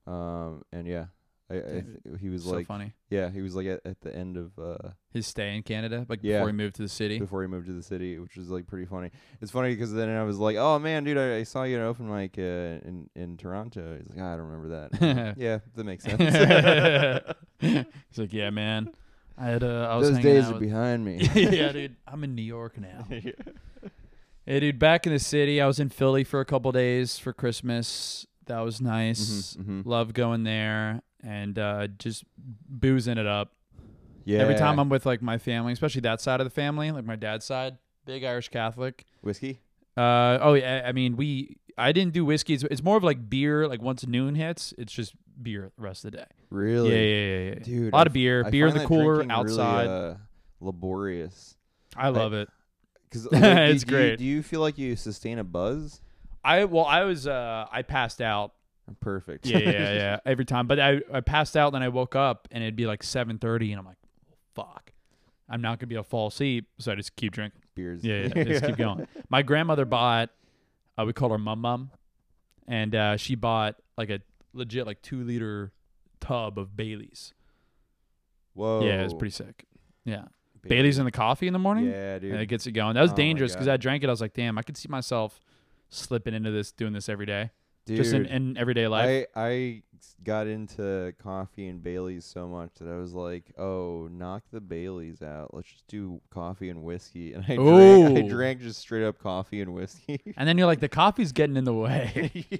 [SPEAKER 2] um, and yeah, I, I
[SPEAKER 1] Dude,
[SPEAKER 2] th- he was
[SPEAKER 1] So
[SPEAKER 2] like,
[SPEAKER 1] funny.
[SPEAKER 2] yeah, he was like at, at the end of uh,
[SPEAKER 1] His stay in Canada, like
[SPEAKER 2] Yeah.
[SPEAKER 1] before he moved to the city.
[SPEAKER 2] before he moved to the city, which was like pretty funny. It's funny because then I was like, "Oh man, dude, I, I saw you at an open mic uh, in in Toronto." He's like, "Ah, "I don't remember that." I'm like, yeah, that makes sense.
[SPEAKER 1] He's like, yeah, man. I had uh, I was
[SPEAKER 2] Those
[SPEAKER 1] hanging
[SPEAKER 2] days
[SPEAKER 1] out
[SPEAKER 2] are
[SPEAKER 1] with-
[SPEAKER 2] behind me. Mm-hmm,
[SPEAKER 1] yeah, dude. I'm in New York now. Hey, dude. Back in the city, I was in Philly for a couple days for Christmas. That was nice.
[SPEAKER 2] Mhm, mhm.
[SPEAKER 1] Love going there and uh, just boozing it up.
[SPEAKER 2] Yeah.
[SPEAKER 1] Every time I'm with like my family, especially that side of the family, like my dad's side, big Irish Catholic.
[SPEAKER 2] whiskey.
[SPEAKER 1] Uh, oh yeah, I mean we. I didn't do whiskey. It's, it's more of like beer. Like once noon hits, it's just beer the rest of the day.
[SPEAKER 2] Really,
[SPEAKER 1] Yeah, yeah, yeah, yeah.
[SPEAKER 2] dude.
[SPEAKER 1] a lot
[SPEAKER 2] I
[SPEAKER 1] of beer,
[SPEAKER 2] f- I
[SPEAKER 1] beer in
[SPEAKER 2] find that
[SPEAKER 1] the cooler
[SPEAKER 2] drinking really,
[SPEAKER 1] outside.
[SPEAKER 2] uh, laborious.
[SPEAKER 1] I love it.
[SPEAKER 2] 'Cause, like, do you-
[SPEAKER 1] It's
[SPEAKER 2] do you-
[SPEAKER 1] great.
[SPEAKER 2] do you feel like you sustain a buzz?
[SPEAKER 1] I well, I was uh, I passed out.
[SPEAKER 2] Perfect.
[SPEAKER 1] Yeah, yeah, yeah. Every time, but I I passed out. Then I woke up and it'd be like seven thirty, and I'm like, fuck, I'm not gonna be able to fall asleep. So I just keep drinking.
[SPEAKER 2] Beers.
[SPEAKER 1] Yeah, yeah, just keep going. My grandmother bought. Uh, we called her mum mum, and uh, she bought like a legit like two liter tub of Bailey's.
[SPEAKER 2] Whoa.
[SPEAKER 1] Yeah, it was pretty sick. Yeah, Bailey's in the coffee in the morning.
[SPEAKER 2] Yeah, dude.
[SPEAKER 1] and it gets it going. That was
[SPEAKER 2] Oh my
[SPEAKER 1] dangerous because
[SPEAKER 2] God.
[SPEAKER 1] I drank it. I was like, damn, I could see myself slipping into this, doing this every day, just in,
[SPEAKER 2] Dude.
[SPEAKER 1] in everyday life.
[SPEAKER 2] I, I s- got into coffee and Bailey's so much that I was like, oh, knock the Bailey's out. Let's just do coffee and whiskey. And I, drank, I
[SPEAKER 1] Ooh.
[SPEAKER 2] drank just straight up coffee and whiskey.
[SPEAKER 1] and then you're like, the coffee's getting in the way.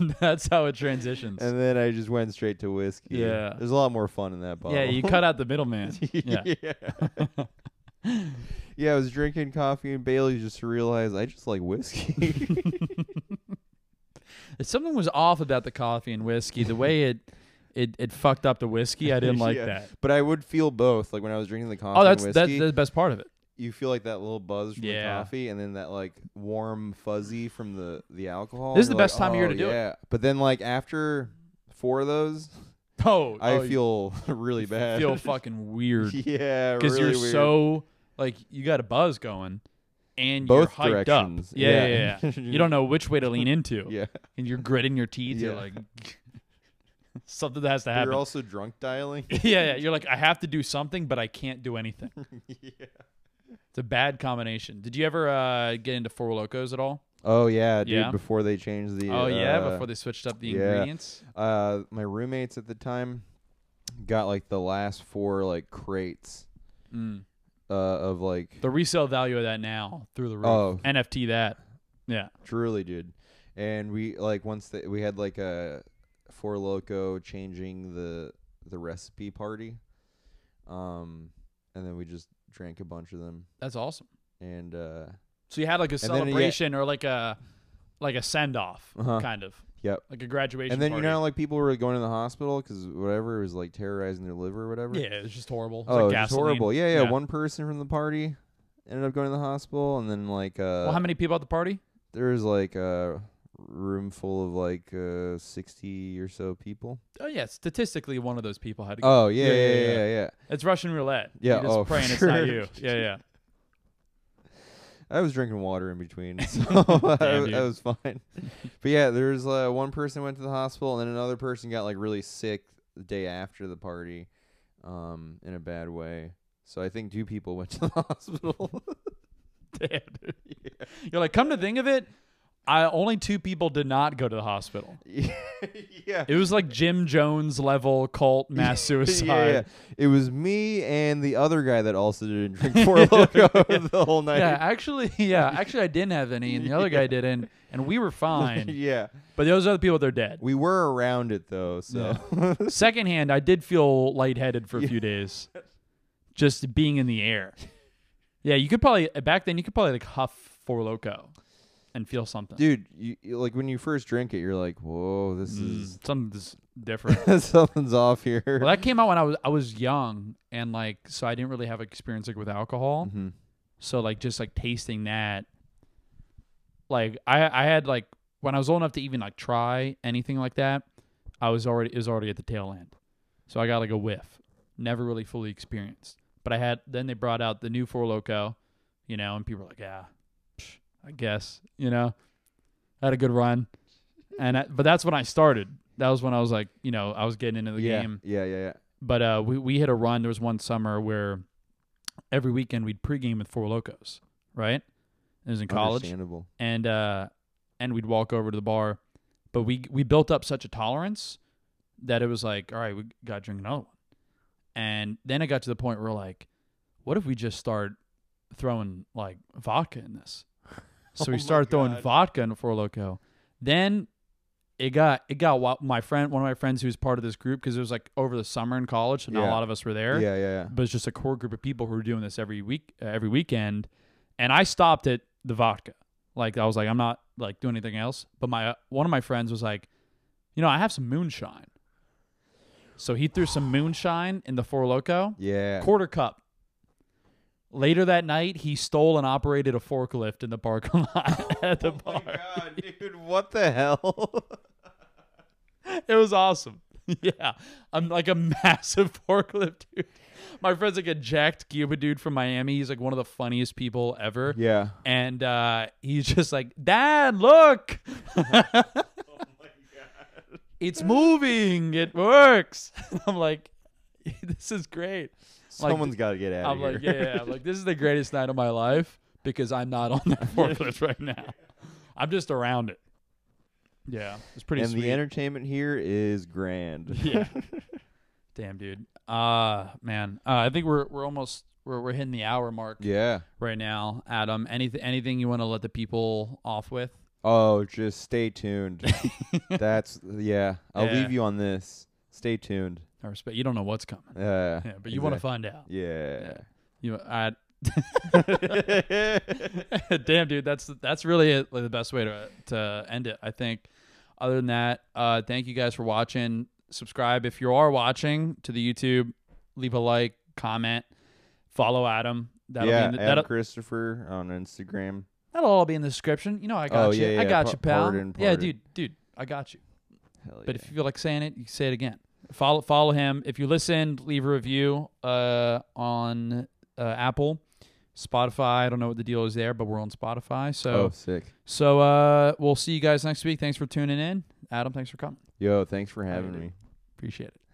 [SPEAKER 1] And That's how it transitions.
[SPEAKER 2] and then I just went straight to whiskey.
[SPEAKER 1] Yeah.
[SPEAKER 2] There's a lot more fun in that bottle.
[SPEAKER 1] yeah, you cut out the middleman. Yeah.
[SPEAKER 2] yeah. yeah, I was drinking coffee and Bailey's just to realize I just like whiskey.
[SPEAKER 1] Something was off about the coffee and whiskey. The way it it, it fucked up the whiskey, I didn't like
[SPEAKER 2] Yeah.
[SPEAKER 1] that.
[SPEAKER 2] But I would feel both. Like when I was drinking the coffee
[SPEAKER 1] Oh, that's
[SPEAKER 2] and
[SPEAKER 1] that's
[SPEAKER 2] whiskey,
[SPEAKER 1] the best part of it.
[SPEAKER 2] you feel like that little buzz from
[SPEAKER 1] Yeah.
[SPEAKER 2] the coffee and then that like warm fuzzy from the the alcohol.
[SPEAKER 1] This is
[SPEAKER 2] and
[SPEAKER 1] the
[SPEAKER 2] you're oh,
[SPEAKER 1] best time of year to do it."
[SPEAKER 2] Yeah. But then like after four of those,
[SPEAKER 1] Oh,
[SPEAKER 2] I
[SPEAKER 1] oh, you
[SPEAKER 2] feel really bad.
[SPEAKER 1] feel fucking weird
[SPEAKER 2] yeah,
[SPEAKER 1] because
[SPEAKER 2] really
[SPEAKER 1] you're
[SPEAKER 2] weird.
[SPEAKER 1] so like you got a buzz going, and
[SPEAKER 2] both
[SPEAKER 1] you're hyped
[SPEAKER 2] directions.
[SPEAKER 1] up. Yeah, yeah, yeah.
[SPEAKER 2] yeah.
[SPEAKER 1] you don't know which way to lean into.
[SPEAKER 2] Yeah.
[SPEAKER 1] And you're gritting your teeth. You're
[SPEAKER 2] Yeah.
[SPEAKER 1] like, something that has to
[SPEAKER 2] But
[SPEAKER 1] happen.
[SPEAKER 2] You're also drunk dialing.
[SPEAKER 1] yeah, yeah. You're like, I have to do something, but I can't do anything.
[SPEAKER 2] yeah.
[SPEAKER 1] It's a bad combination. Did you ever uh, get into Four Locos at all?
[SPEAKER 2] Oh yeah, dude.
[SPEAKER 1] Yeah.
[SPEAKER 2] Before they changed the.
[SPEAKER 1] oh yeah,
[SPEAKER 2] uh,
[SPEAKER 1] before they switched up the
[SPEAKER 2] yeah.
[SPEAKER 1] ingredients.
[SPEAKER 2] uh, my roommates at the time got like the last four like crates
[SPEAKER 1] Mm.
[SPEAKER 2] uh, of like
[SPEAKER 1] The resale value of that now through the roof.
[SPEAKER 2] Oh.
[SPEAKER 1] NFT that. Yeah.
[SPEAKER 2] truly, dude. And we like once they, we had like a four loco changing the the recipe party, um, and then we just drank a bunch of them
[SPEAKER 1] That's awesome.
[SPEAKER 2] and uh,
[SPEAKER 1] So you had like a
[SPEAKER 2] then, yeah-
[SPEAKER 1] celebration or like a like a send off
[SPEAKER 2] Uh-huh.
[SPEAKER 1] kind of.
[SPEAKER 2] Yep.
[SPEAKER 1] Like a graduation.
[SPEAKER 2] and then you
[SPEAKER 1] party.
[SPEAKER 2] know how, like people were going to the hospital because whatever it was like terrorizing their liver or whatever.
[SPEAKER 1] Yeah, it's just horrible. It's
[SPEAKER 2] oh,
[SPEAKER 1] like
[SPEAKER 2] it was
[SPEAKER 1] gasoline.
[SPEAKER 2] horrible. Yeah, yeah,
[SPEAKER 1] Yeah.
[SPEAKER 2] One person from the party ended up going to the hospital, and then like uh,
[SPEAKER 1] Well, how many people at the party?
[SPEAKER 2] there was like a room full of like uh, 60 or so people.
[SPEAKER 1] Oh yeah, statistically one of those people had to go.
[SPEAKER 2] Oh, yeah,
[SPEAKER 1] Yeah,
[SPEAKER 2] yeah,
[SPEAKER 1] yeah,
[SPEAKER 2] yeah,
[SPEAKER 1] yeah,
[SPEAKER 2] yeah.
[SPEAKER 1] It's Russian roulette.
[SPEAKER 2] Yeah,
[SPEAKER 1] You're just
[SPEAKER 2] oh, for
[SPEAKER 1] praying
[SPEAKER 2] sure.
[SPEAKER 1] it's not you. Yeah, yeah.
[SPEAKER 2] I was drinking water in between, so I,
[SPEAKER 1] Damn, dude.
[SPEAKER 2] I was fine. But yeah, there was uh, one person went to the hospital, and then another person got like really sick the day after the party um, in a bad way. So I think two people went to the hospital.
[SPEAKER 1] Damn, dude. You're like, come to think of it, I only two people did not go to the hospital.
[SPEAKER 2] yeah.
[SPEAKER 1] It was like Jim Jones level cult mass suicide.
[SPEAKER 2] Yeah, yeah. It was me and the other guy that also didn't drink Four Loko the whole night.
[SPEAKER 1] Yeah, actually, yeah, actually, I didn't have any, and the other guy didn't, and we were fine.
[SPEAKER 2] yeah.
[SPEAKER 1] But those other people, they're dead.
[SPEAKER 2] We were around it though, so
[SPEAKER 1] Secondhand, I did feel lightheaded for a few days, just being in the air. Yeah, you could probably uh, back then you could probably like huff for loco, and feel something.
[SPEAKER 2] dude, you, you- like when you first drink it, you're like, "Whoa, this
[SPEAKER 1] Mm, something's different.
[SPEAKER 2] is something's off here."
[SPEAKER 1] Well, that came out when I was I was young, and like so I didn't really have experience like with alcohol.
[SPEAKER 2] Mhm.
[SPEAKER 1] So like just like tasting that, like I I had like when I was old enough to even like try anything like that, I was already it was already at the tail end. So I got like a whiff, never really fully experienced. But I had then they brought out the new Four Loco, you know, and people were like, yeah, psh, I guess you know, I had a good run, and I, but that's when I started. That was when I was like, you know, I was getting into the
[SPEAKER 2] yeah,
[SPEAKER 1] game
[SPEAKER 2] yeah, yeah, yeah.
[SPEAKER 1] but uh, we we hit a run. There was one summer where every weekend we'd pregame with Four Locos, right? It was in college,
[SPEAKER 2] Understandable.
[SPEAKER 1] and uh, and we'd walk over to the bar, but we we built up such a tolerance that it was like, all right, we got to drink another one, and then it got to the point where like, what if we just start throwing like vodka in this? So
[SPEAKER 2] Oh my
[SPEAKER 1] we started throwing
[SPEAKER 2] God.
[SPEAKER 1] vodka in Four Loco. Then it got it got wa- my friend one of my friends who was part of this group because it was like over the summer in college, so not
[SPEAKER 2] Yeah.
[SPEAKER 1] a lot of us were there.
[SPEAKER 2] Yeah, yeah, yeah.
[SPEAKER 1] But it's just a core group of people who were doing this every week, uh, every weekend, and I stopped at the vodka. Like I was like, I'm not like doing anything else. But my uh, one of my friends was like, you know, I have some moonshine. So he threw some moonshine in the Four Loco
[SPEAKER 2] Yeah.
[SPEAKER 1] quarter cup. Later that night, he stole and operated a forklift in the parking lot at the bar.
[SPEAKER 2] Oh God, dude, what the hell?
[SPEAKER 1] It was awesome. Yeah, I'm like a massive forklift dude. My friend's like a jacked Cuba dude from Miami. He's like one of the funniest people ever.
[SPEAKER 2] yeah.
[SPEAKER 1] And uh, he's just like, Dad, look. It's moving. It works. I'm like, this is great. Like,
[SPEAKER 2] Someone's got to get out
[SPEAKER 1] I'm
[SPEAKER 2] of
[SPEAKER 1] like,
[SPEAKER 2] here.
[SPEAKER 1] yeah, yeah. I'm like, this is the greatest night of my life because I'm not on that forklift right now. I'm just around it. Yeah, it's pretty
[SPEAKER 2] and
[SPEAKER 1] sweet.
[SPEAKER 2] the entertainment here is grand.
[SPEAKER 1] yeah. Damn, dude. Uh man. Uh, I think we're we're almost we're we're hitting the hour mark
[SPEAKER 2] yeah.
[SPEAKER 1] right now, Adam. Anything anything you want to let the people off with?
[SPEAKER 2] Oh, just stay tuned. That's yeah. I'll
[SPEAKER 1] Yeah.
[SPEAKER 2] leave you on this. Stay tuned.
[SPEAKER 1] I respect. You don't know what's coming.
[SPEAKER 2] Yeah.
[SPEAKER 1] Yeah, but you want to
[SPEAKER 2] exact-
[SPEAKER 1] find out.
[SPEAKER 2] Yeah.
[SPEAKER 1] You I Damn, dude, that's that's really it, like, the best way to to end it. I think. Other than that, uh, thank you guys for watching. Subscribe if you are watching to the YouTube. Leave a like, comment, follow Adam. That'll
[SPEAKER 2] yeah,
[SPEAKER 1] be in the,
[SPEAKER 2] Adam
[SPEAKER 1] that'll,
[SPEAKER 2] Christopher on Instagram.
[SPEAKER 1] that'll all be in the description. You know, I got
[SPEAKER 2] Oh,
[SPEAKER 1] you.
[SPEAKER 2] yeah,
[SPEAKER 1] I
[SPEAKER 2] yeah,
[SPEAKER 1] got
[SPEAKER 2] par-
[SPEAKER 1] you, pal.
[SPEAKER 2] pardon,
[SPEAKER 1] Yeah,
[SPEAKER 2] pardon.
[SPEAKER 1] dude, dude, I got you.
[SPEAKER 2] Hell
[SPEAKER 1] But
[SPEAKER 2] yeah.
[SPEAKER 1] if you feel like saying it, you can say it again. Follow follow him. If you listened, leave a review uh, on uh, Apple, Spotify. I don't know what the deal is there, but we're on Spotify. So
[SPEAKER 2] oh, sick.
[SPEAKER 1] so uh, we'll see you guys next week. Thanks for tuning in, Adam. Thanks for coming.
[SPEAKER 2] Yo, thanks for having
[SPEAKER 1] dude.
[SPEAKER 2] me.
[SPEAKER 1] Appreciate it.